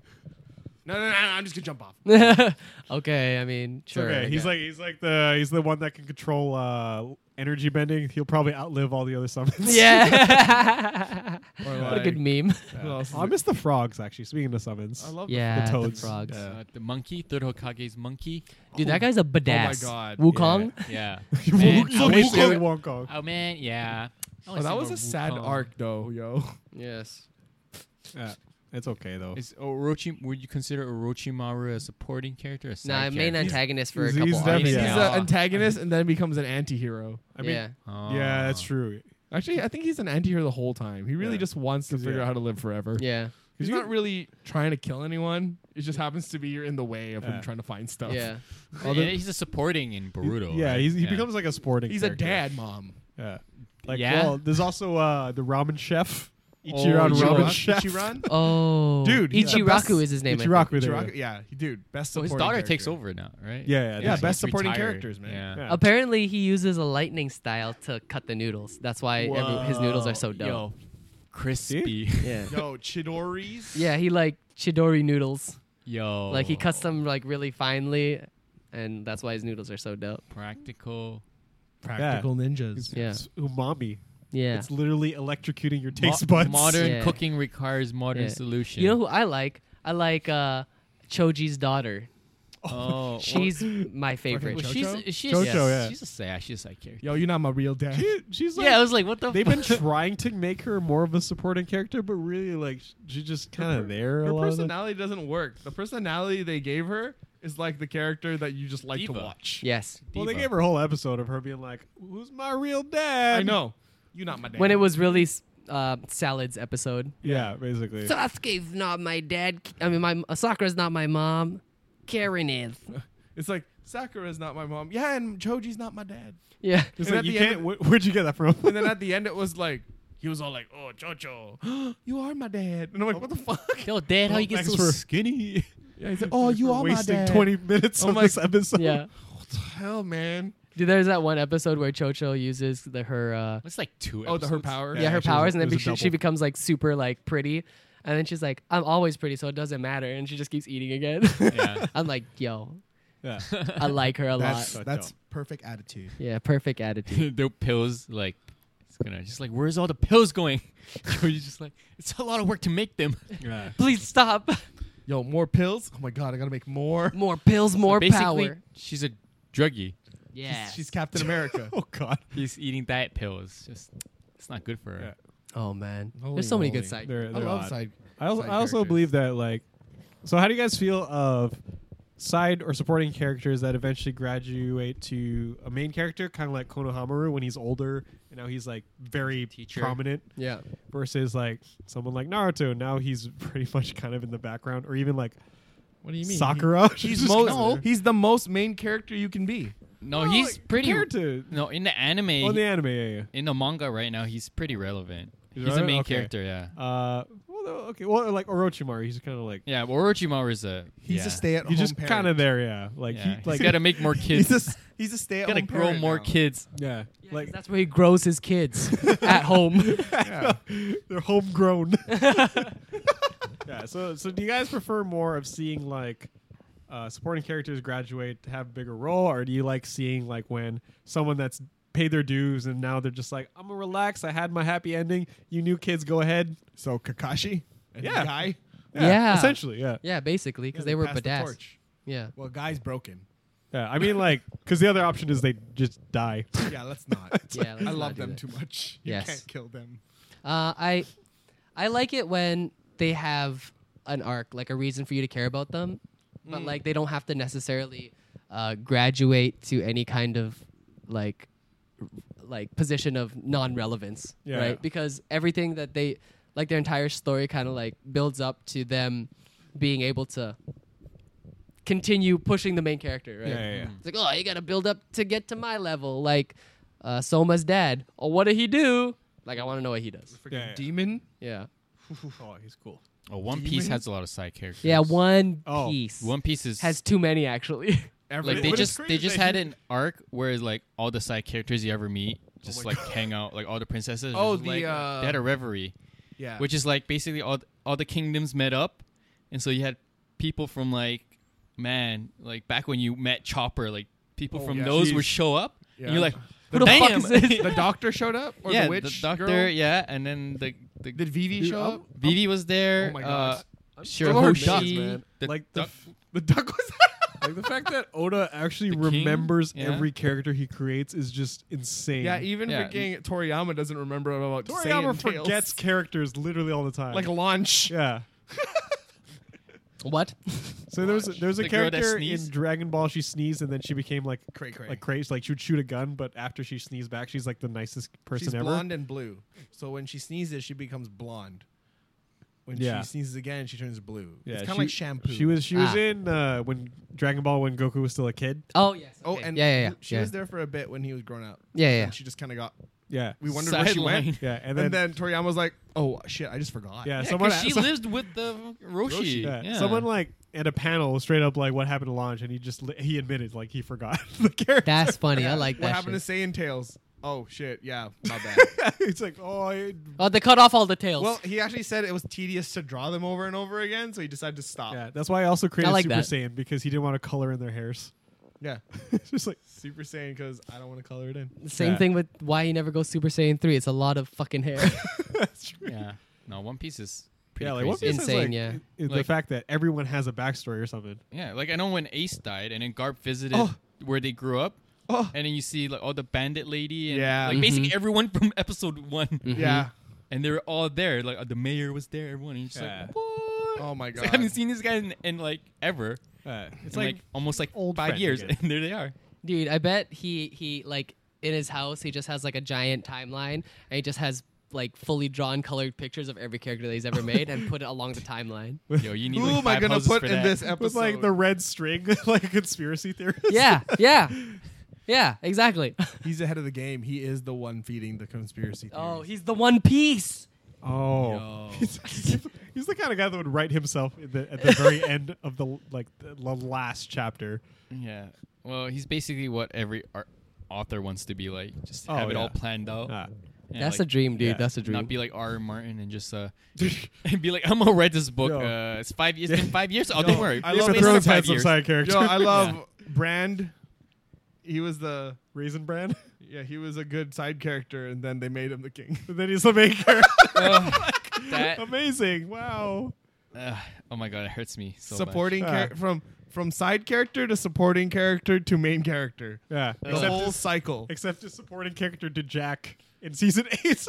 D: No, no, no, no, I'm just gonna jump off.
C: okay, I mean, sure.
B: okay,
C: I
B: he's
C: guess.
B: like he's like the he's the one that can control uh, energy bending. He'll probably outlive all the other summons.
C: yeah.
D: Or
C: what a
D: like,
C: good meme.
D: who else is
B: I
D: it?
B: miss the frogs actually. Speaking of summons,
D: I love the-
C: Yeah, the,
B: toads.
C: frogs.
B: Yeah.
A: Uh, the monkey, Third Hokage's monkey.
C: Dude, that
B: Oh
C: guy's a badass.
D: God,
C: Wukong.
A: Yeah.
B: Wukong-
A: I
B: Wukong-
A: wish they
B: Wukong- Wukong.
A: Oh man, yeah. I wanna
D: Oh,
A: see
D: that was
A: more
D: a sad
A: Wukong.
D: arc, though, yo.
C: Yes.
B: Yeah, it's okay though.
A: Is Orochi? Would you consider Orochimaru a supporting character? or A
C: Nah,
A: side
C: main
A: character?
C: antagonist for a
B: he's-
C: couple
B: he's
C: arcs.
B: definitely-
D: He's
A: Yeah.
D: an antagonist and then becomes an anti-hero.
B: I mean,
C: yeah.
A: Oh.
B: yeah, that's true.
D: Actually, I think he's an anti-hero the whole time. He really
B: Yeah.
D: just wants to
B: 'Cause,
D: figure
B: yeah.
D: out how to live forever.
C: Yeah.
D: He's
B: You
D: not
B: could-
D: really trying to kill anyone. It just happens to be you're in the way of
B: Yeah.
D: him trying to find stuff.
C: Yeah.
A: And he's a supporting in Boruto.
B: yeah,
A: right?
B: he's, he becomes like a sporting.
D: He's
B: character.
D: a dad, mom.
B: Yeah. Like,
A: Yeah?
B: well, there's also uh, the ramen chef.
D: Oh,
B: Ichiran ramen
D: Ichiran-
B: chef.
D: Ichiran?
C: Oh.
B: Dude, he's the best-
C: Ichiraku is his name. I think.
B: Ichiraku. there you
D: Ichiran?
B: go.
D: Yeah, he- dude, best
A: So
D: supporting
A: his daughter
D: character.
A: takes over now, right?
B: Yeah, yeah,
D: Yeah,
B: that's-
D: best
A: he's
D: supporting
A: retired.
D: characters, man.
A: Yeah.
B: yeah.
C: Apparently, he uses a lightning style to cut the noodles. That's why every, his noodles are so dope.
A: Yo, crispy.
C: Yeah.
D: Yo, Chidori's.
C: yeah, he like chidori noodles.
A: Yo,
C: Like
B: Oh.
C: he cuts them like really finely, and that's why his noodles are so dope.
A: practical.
D: Practical ninjas.
C: Yeah.
B: It's umami.
C: Yeah.
B: It's literally electrocuting your
A: Mo-
B: taste buds.
A: Modern
C: Yeah.
A: cooking requires modern
C: Yeah.
A: solution.
C: You know who I like? I like uh, Choji's daughter.
A: Oh,
C: She's my favorite.
A: well,
D: Chocho?
A: she's she's
B: Chocho,
A: she's,
B: yeah.
A: she's a sad she's a side character.
D: Yo, you're not my real dad.
B: She- she's like,
A: yeah, I was like, what the?
B: they've
A: fuck?
B: been trying to make her more of a supporting character, but really, like, sh- she's just kind
D: per-
B: of there.
D: Her
B: a lot of the-
D: personality doesn't work. The personality they gave her is like the character that you just like to
A: Diva.
D: watch.
C: Yes.
B: Well, they
A: Diva.
B: gave her a whole episode of her being like, "Who's my real dad?"
D: I know. You're not my dad.
C: When it was really uh, salads episode.
B: Yeah, basically.
C: Sasuke's not my dad. I mean, my uh, Sakura's not my mom. Karen is.
D: it's like Sakura's not my mom. Yeah, and Choji's not my dad.
C: Yeah.
B: It's
D: and
B: like,
D: at
B: you
D: the end
B: can't. wh- where'd you get that from?
D: And then at the end, it was like he was all like, "Oh, Chocho, you are my dad," and I'm like, "What the fuck?"
A: Yo, Dad, how you get
B: Thanks
A: so
B: for
A: s-
B: skinny?
D: Yeah, he's like, "Oh, you
B: for
D: are my
B: wasting
D: dad."
B: 20 minutes
D: Oh
B: of
D: my-
B: this episode.
C: Yeah.
D: What the hell, man?
C: Dude, there's that one episode where Chocho uses the, her uh,
A: It's like two.
D: Oh, the her
A: episodes.
D: power.
C: yeah, her
B: she was-
C: powers, and
B: it
C: then
B: was a
C: she, she
B: double.
C: becomes like super like pretty, and then she's like, "I'm always pretty, so it doesn't matter," and she just keeps eating again.
A: Yeah.
C: I'm like, "Yo,
B: Yeah.
C: I like her a
F: That's
C: lot."
B: Shut
F: that's
B: down.
F: perfect attitude.
C: Yeah, perfect attitude.
A: their pills like it's gonna just like where's all the pills going so you just like it's a lot of work to make them
B: yeah.
C: Please stop.
D: Yo, more pills. Oh my god, I gotta make more.
C: More pills, more
A: basically
C: power.
A: she's a druggie
C: Yeah.
D: She's Captain America.
B: Oh God.
A: he's eating diet pills just it's not good for her
B: Yeah.
C: oh man,
D: Holy
C: there's so many good
D: moly.
C: sides.
B: They're,
D: I
B: they're
D: love
B: odd.
D: side.
B: I also,
D: side
B: I also
D: characters.
B: believe that like. So how do you guys feel of side or supporting characters that eventually graduate to a main character, kind of like Konohamaru when he's older and now he's like very
A: Teacher.
B: prominent,
C: Yeah.
B: versus like someone like Naruto. Now he's pretty much kind of in the background, or even like
D: What do you mean?
B: Sakura.
D: He-
B: She's
D: he's
B: just
D: most.
B: kinda there.
D: He's the most main character you can be.
A: no
B: No,
A: he's
B: like,
A: pretty
B: compared to
A: no in the anime
B: on the anime. Yeah, yeah.
A: in the manga right now he's pretty relevant he's, a
B: relevant?
A: main
B: Okay.
A: character yeah
B: Uh, well, no, okay. Well, like Orochimaru, he's kind of like
A: yeah well, Orochimaru is a
F: He's
A: yeah.
F: a stay-at-home.
B: he's just
F: parent.
B: kind of there, yeah. Like
A: yeah.
B: he,
A: he's
B: like
A: gotta make more kids
F: He's a s- he's a stay-at-home.
A: gotta grow
F: parent
A: more
F: now.
A: kids
B: yeah,
C: Like,
B: like
C: that's where he grows his kids at home.
B: they're homegrown. yeah. So, so do you guys prefer more of seeing like uh, supporting characters graduate to have a bigger role, or do you like seeing like when someone that's paid their dues and now they're just like, I'm gonna relax. I had my happy ending. You new kids, go ahead.
F: So Kakashi,
D: And
B: Yeah.
D: the guy.
C: Yeah.
B: Essentially, yeah.
C: yeah, basically,
F: Yeah,
C: because they, were
F: passed the
C: badass.
F: torch.
C: yeah.
F: Well, guy's broken.
B: Yeah. I mean, like, because the other option is they just die.
F: Yeah, let's not.
C: Yeah, let's
F: I
C: not
F: love
C: do
F: them
C: that.
F: too much. You
C: Yes.
F: can't kill them.
C: Uh, I I like it when they have an arc, like a reason for you to care about them, but like they don't have to necessarily uh, graduate to any kind of like r- like position of non-relevance,
B: Yeah.
C: right? Because everything that they like their entire story kind of like builds up to them being able to continue pushing the main character, right?
B: Yeah, yeah, yeah.
C: It's like, oh, you gotta build up to get to my level, like uh, Soma's dad. Oh, what did he do? Like, I want to know what he does.
D: Freaking
B: Yeah, yeah.
D: demon.
C: Yeah.
B: Oh, he's cool.
A: oh, One Piece has a lot of side characters
C: Yeah, One
B: Oh,
C: Piece
A: One Piece is
C: has too many actually.
B: Every,
A: Like they
B: but it's
A: just
B: crazy
A: they just
B: that
A: had
B: he-
A: an arc where like all the side characters you ever meet just like hang out, like all the princesses.
B: Oh,
A: just,
B: the,
A: like,
B: uh,
A: they had a reverie,
B: yeah.
A: which is like basically all th- all the kingdoms met up, and so you had people from like man, like back when you met Chopper, like people
B: Oh,
A: from
B: yeah.
A: those
B: Jeez.
A: would show up, and
B: Yeah.
A: you're like,
C: Who the fuck
A: damn,
C: is this?
B: the doctor showed up, or
A: yeah,
B: the witch
A: doctor,
B: girl?
A: yeah, and then the the oh,
B: Did Vivi show up?
A: Vivi was there.
B: Oh my
A: uh,
B: God.
A: Shirahoshi, the
B: like the
A: duck-
B: f- the duck was. like the fact that Oda actually
A: The king?
B: remembers
A: Yeah.
B: every character he creates is just insane.
D: Yeah, even
A: Yeah.
D: freaking Toriyama doesn't remember about
B: Toriyama
D: Saiyan tales.
B: forgets characters literally all the time.
D: like launch.
B: yeah.
C: What?
B: So there was a, there was a
A: The girl that
B: character in
A: sneezed?
B: Dragon Ball. She sneezed and then she became like
D: Cray cray.
B: like crazy. Like she would shoot a gun, but after she sneezed back, she's like the nicest person
D: She's
B: ever.
D: blonde and blue. So when she sneezes, she becomes blonde. When
B: Yeah.
D: she sneezes again, she turns blue.
B: Yeah,
D: it's kind of
B: she-
D: like shampoo.
B: She was she was
C: Ah.
B: in uh, when Dragon Ball when Goku was still a kid.
C: Oh yes.
D: Oh,
C: okay.
D: and
C: yeah, yeah, yeah.
D: she
C: yeah.
D: was there for a bit when he was grown up.
C: Yeah, yeah, yeah.
D: And she just kind of got.
B: Yeah,
D: We wondered where she went.
A: Sideline.
B: yeah, and
D: And
B: then,
D: then, Toriyama was like, "Oh shit, I just forgot."
B: yeah,
A: Yeah,
B: someone
A: 'cause she
B: so-
A: lived with the Roshi.
B: yeah,
A: Yeah.
B: someone like at a panel straight up like what happened to Launch, and he just li- he admitted like he forgot the character.
C: That's funny. I like
D: What
C: that.
D: happened
C: shit.
D: to Saiyan tales? Oh shit, yeah, my bad.
B: it's like oh, I,
C: oh, they cut off all the tails.
D: well, he actually said it was tedious to draw them over and over again, so he decided to stop.
B: yeah. That's why I also created
C: I like
B: Super
C: that.
B: Saiyan because he didn't want to color in their hairs.
D: Yeah.
B: it's just like
D: Super Saiyan because I don't want to color it in.
A: Mm-hmm.
C: Same
B: Yeah.
C: thing with why he never goes Super Saiyan three. It's a lot of fucking hair.
B: that's true.
A: yeah. No, One Piece is pretty
B: Yeah, like
A: crazy.
B: One Piece
C: Insane,
B: is like,
C: yeah.
B: it- it- the
A: Like-
B: fact that everyone has a backstory or something.
A: Yeah, like I know when Ace died, and then Garp visited where they grew up,
D: Oh.
A: and then you see like all the bandit lady, and
D: Yeah.
A: like
C: Mm-hmm.
A: basically everyone from episode one,
D: Yeah.
A: and they were all there. Like uh, the mayor was there, everyone. And you're just
B: Yeah.
A: like, what?
D: Oh my
A: It's
D: god.
A: like, I haven't seen this guy in, in like ever.
B: Uh, it's
A: in, like,
B: like
A: almost like
B: old
A: five
B: friend
A: years,
B: again.
A: and there they are.
C: Dude, I bet he he like in his house he just has like a giant timeline and he just has like fully drawn colored pictures of every character that he's ever made and put it along the timeline.
A: Yo, you need.
D: Who
A: like,
D: am I
A: five
D: gonna
A: houses
D: put
A: for
D: in
A: that.
D: this episode?
B: with like the red string, like a conspiracy theorist.
C: yeah, yeah. Yeah, exactly.
D: He's ahead of the game. He is the one feeding the conspiracy theories.
C: Oh, he's the one piece.
B: Oh, he's, he's the kind of guy that would write himself in the, at the very end of the like the, the last chapter.
A: Yeah. Well, he's basically what every ar- author wants to be like. Just
B: Oh,
A: have it
B: yeah.
A: all planned out.
B: Ah.
A: Yeah,
C: That's
A: like-
C: a dream, dude.
B: yeah,
C: That's a
A: Not
C: dream.
A: be like R. R. Martin and just uh, and be like, I'm gonna write this book.
B: Yo.
A: Uh, it's five. It's been five years. Oh,
D: Yo,
A: don't worry.
D: I
A: It's
D: love
A: been
B: Game of
A: another
B: Thrones
D: Based
B: had
A: five
B: some
A: years.
B: side character.
D: Yo, I love Brand. He was the
B: Raisin Bran.
D: yeah, he was a good side character, and then they made him the king.
B: And then he's the main character.
A: That-
B: Amazing! Wow.
A: Ugh, oh my god, it hurts me so
D: supporting
B: much.
D: char-
B: Ah.
D: from from side character to supporting character to main character.
B: Yeah.
D: The
B: Except,
D: whole
B: his,
D: cycle.
B: except his supporting character did Jack in season eight.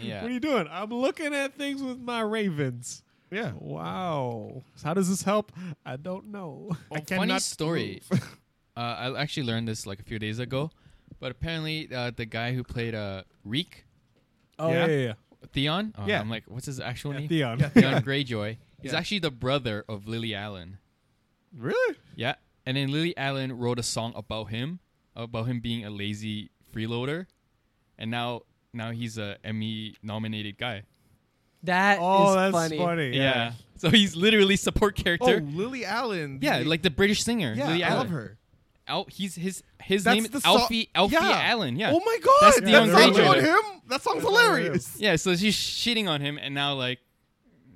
A: Yeah.
B: What are you doing? I'm looking at things with my ravens.
D: Yeah.
B: Wow. So how does this help? I don't know.
A: much. Oh, funny story. uh, I actually learned this like a few days ago, but apparently uh, the guy who played uh, Reek
B: Oh
D: Yeah. yeah,
A: Theon. Oh,
D: Yeah.
A: I'm like, what's his actual name?
B: Theon.
A: Theon Greyjoy. He's actually the brother of Lily Allen.
D: Really?
A: Yeah. And then Lily Allen wrote a song about him, about him being a lazy freeloader, and now now he's a Emmy nominated guy.
C: That is
B: Oh, that's
C: funny.
B: funny.
A: Yeah. So he's literally support
D: Oh,
A: character.
D: Lily Allen.
A: yeah, like the British singer.
D: yeah,
A: Lily
D: I
A: Allen.
D: love her.
A: Al- he's his his
D: That's
A: name
D: the
A: is
D: so-
A: Alfie Alfie
D: Yeah.
A: Allen. Yeah.
D: Oh my god,
A: That's
D: that
A: Theon
D: song's
A: Greyjoy.
D: on him. That song's hilarious.
A: Yeah. So she's shitting on him, and now like,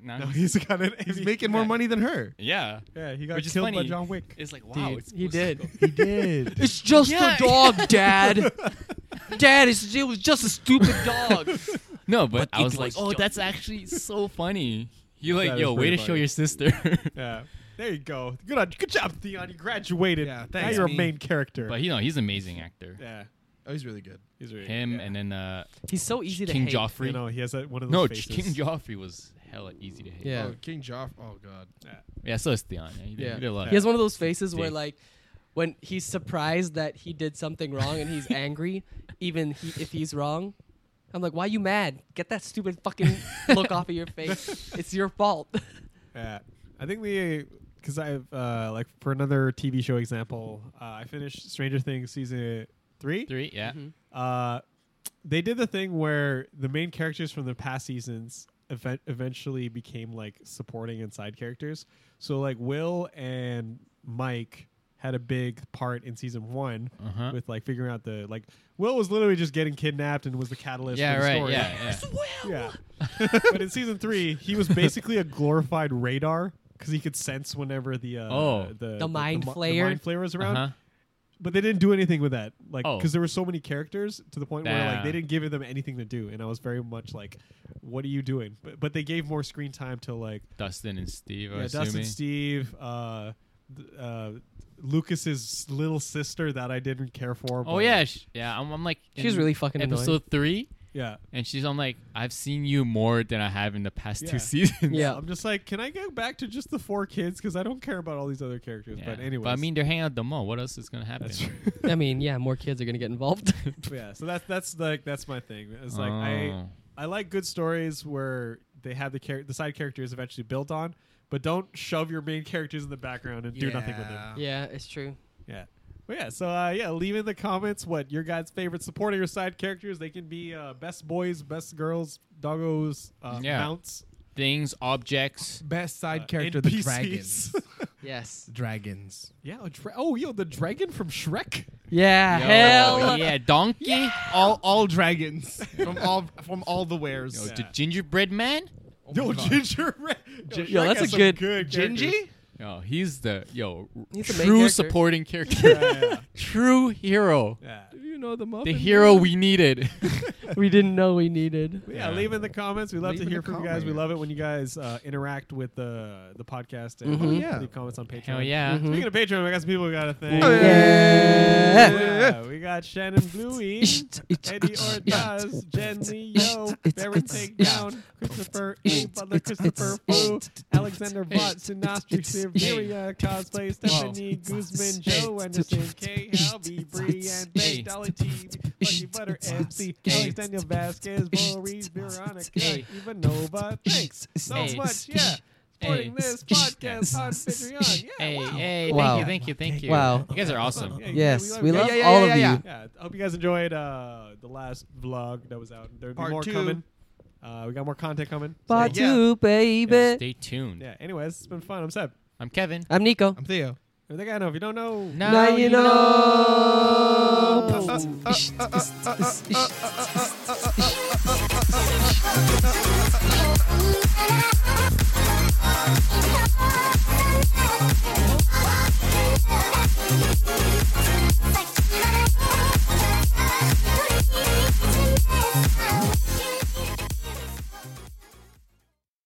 A: now
B: No,
A: he's-
B: he's got an.
D: He's making more money than her.
A: yeah.
B: Yeah, he got
A: Which is
B: killed by
A: funny.
B: John Wick.
A: It's like wow.
C: Dude,
A: it's
C: he
A: it's-
C: did.
B: He did.
C: It's just
A: Yeah.
C: a dog, Dad. Dad, it's, it was just a stupid dog.
A: No, but, I
C: it
A: was like,
C: was
A: oh,
C: John
A: that's actually so funny. You like,
B: That is
A: yo, way
B: pretty
A: to show
B: funny.
A: your sister.
B: Yeah. There you go. Good on, good job, Theon. You graduated.
D: Yeah,
B: now
D: thanks,
B: you're
D: me.
B: a main character.
A: But you know, he's an amazing actor.
B: yeah.
D: Oh, he's really good.
B: He's really
A: Him
B: yeah.
A: and then uh,
C: He's so easy to
A: King
C: hate.
A: Joffrey.
B: you know he has that one of those
A: no,
B: faces.
A: King Joffrey was hella easy to hate.
C: Yeah.
D: Oh, King Joff. Oh god.
A: Yeah, so is Theon. Yeah, he did,
C: Yeah.
A: he did a lot.
C: He has one of those faces where
A: Dick.
C: like when he's surprised that he did something wrong and he's angry, even he, if he's wrong. I'm like, why you mad? Get that stupid fucking look off of your face. It's your fault.
B: Yeah. I think the because I've uh, like for another TV show example, uh, I finished Stranger Things season three.
A: Three, yeah.
B: Uh, they did the thing where the main characters from the past seasons event- eventually became like supporting and side characters. So like Will and Mike had a big part in season one
A: Uh-huh.
B: with like figuring out the like Will was literally just getting kidnapped and was the catalyst.
A: Yeah,
B: for the
A: right.
B: Story.
A: Yeah, yeah.
B: Yeah. but in season three, he was basically a glorified radar because he could sense whenever the uh,
A: Oh.
B: the,
C: mind
B: mi-
C: flayer?
B: mind flayer was around.
A: Uh-huh.
B: But they didn't do anything with that, like
A: Oh.
B: because there were so many characters to the point where like
A: Nah.
B: they didn't give them anything to do, and I was very much like, "What are you doing?" But but they gave more screen time to like
A: Dustin and Steve.
B: yeah,
A: I'm
B: Dustin,
A: assuming.
B: Steve, uh, th- uh, Lucas's little sister that I didn't care for.
A: Oh
B: but-
A: yeah, sh- yeah. I'm, I'm like
C: She's
A: in
C: really fucking annoying.
A: episode three,
B: yeah.
A: and she's. I'm like, I've seen you more than I have in the past
B: Yeah.
A: two seasons.
C: Yeah.
B: I'm just like, can I go back to just the four kids because I don't care about all these other characters. But anyway,
A: I mean, they're hanging out at the mall. What else is gonna happen?
B: That's true.
C: I mean, yeah, more kids are gonna get involved.
B: yeah. So that's that's like that's my thing. It's like I
A: Oh.
B: I like good stories where they have the char- the side characters eventually built on, but don't shove your main characters in the background and do nothing with them.
C: yeah, it's true.
B: Yeah. Well, yeah. So, uh, yeah, leave in the comments what your guys' favorite supporting or side characters. They can be uh, best boys, best girls, doggos, uh,
A: Yeah.
B: mounts,
A: Things, objects.
F: Best side
B: uh,
F: character, the dragons.
B: NPCs.
C: Yes.
F: dragons.
B: yeah. a dra- oh, yo, the dragon from Shrek.
C: Yeah.
A: Yo,
C: hell.
A: Oh, yeah, donkey.
F: All all dragons from all from all the wares.
A: Yo,
F: Yo,
A: the gingerbread man.
D: oh
F: gingerbread.
C: Yo, that's a good.
F: Gingy.
A: Yo, he's the yo
C: He's the main
A: true
C: character.
A: supporting character. True hero.
B: Yeah.
C: You know the
A: The hero we needed.
C: we didn't know we needed.
B: But yeah,
A: Yeah.
B: leave in the comments. We love
F: Leave
B: to
F: in
B: hear
F: the
B: from you guys.
F: comments.
B: We
F: Mm-hmm.
B: love it when you guys uh, interact with the the podcast and
C: Mhm.
F: Yeah.
B: leave comments on Patreon.
A: Hell yeah.
C: Mm-hmm.
B: Speaking of Patreon, we got some people we got to thank.
F: Oh,
B: Yeah, we got Shannon Bluey, Eddie Ordaz, Jen Lee Yo, Baron Takedown, Christopher E. Butler, Christopher Fu, Alexander Vaught, Sinastri Siberia, Cosplay, Stephanie Guzman, Joe Anderson, K. Halby, Brian, Bay, Dolly T, Lucky Butter, MC, Alex Daniel Vasquez, Bo Reed, Veronica, Ivanova. Thanks so much, yeah. Supporting this podcast on Patreon. Yeah,
A: Hey,
B: wow.
A: hey,
C: Wow.
A: thank you, thank you, thank you.
C: Wow.
A: You guys are awesome.
B: Yeah,
C: Yes, we
B: you.
C: love
F: yeah, yeah,
C: all
F: yeah,
C: of
F: yeah.
C: you.
B: Yeah, I hope you guys enjoyed uh, the last vlog that was out. There'll be
F: Part
B: more
F: two.
B: coming. Uh, we got more content coming. So,
C: Part
F: Yeah.
C: two, baby.
A: Stay tuned.
B: yeah. Anyways, it's been fun. I'm Seb.
A: I'm Kevin.
C: I'm Nico.
F: I'm Theo.
B: I think I know. If you don't know,
A: Now
C: now you know.
F: Uh, uh, uh, uh, uh, uh, uh, uh, uh, uh, uh,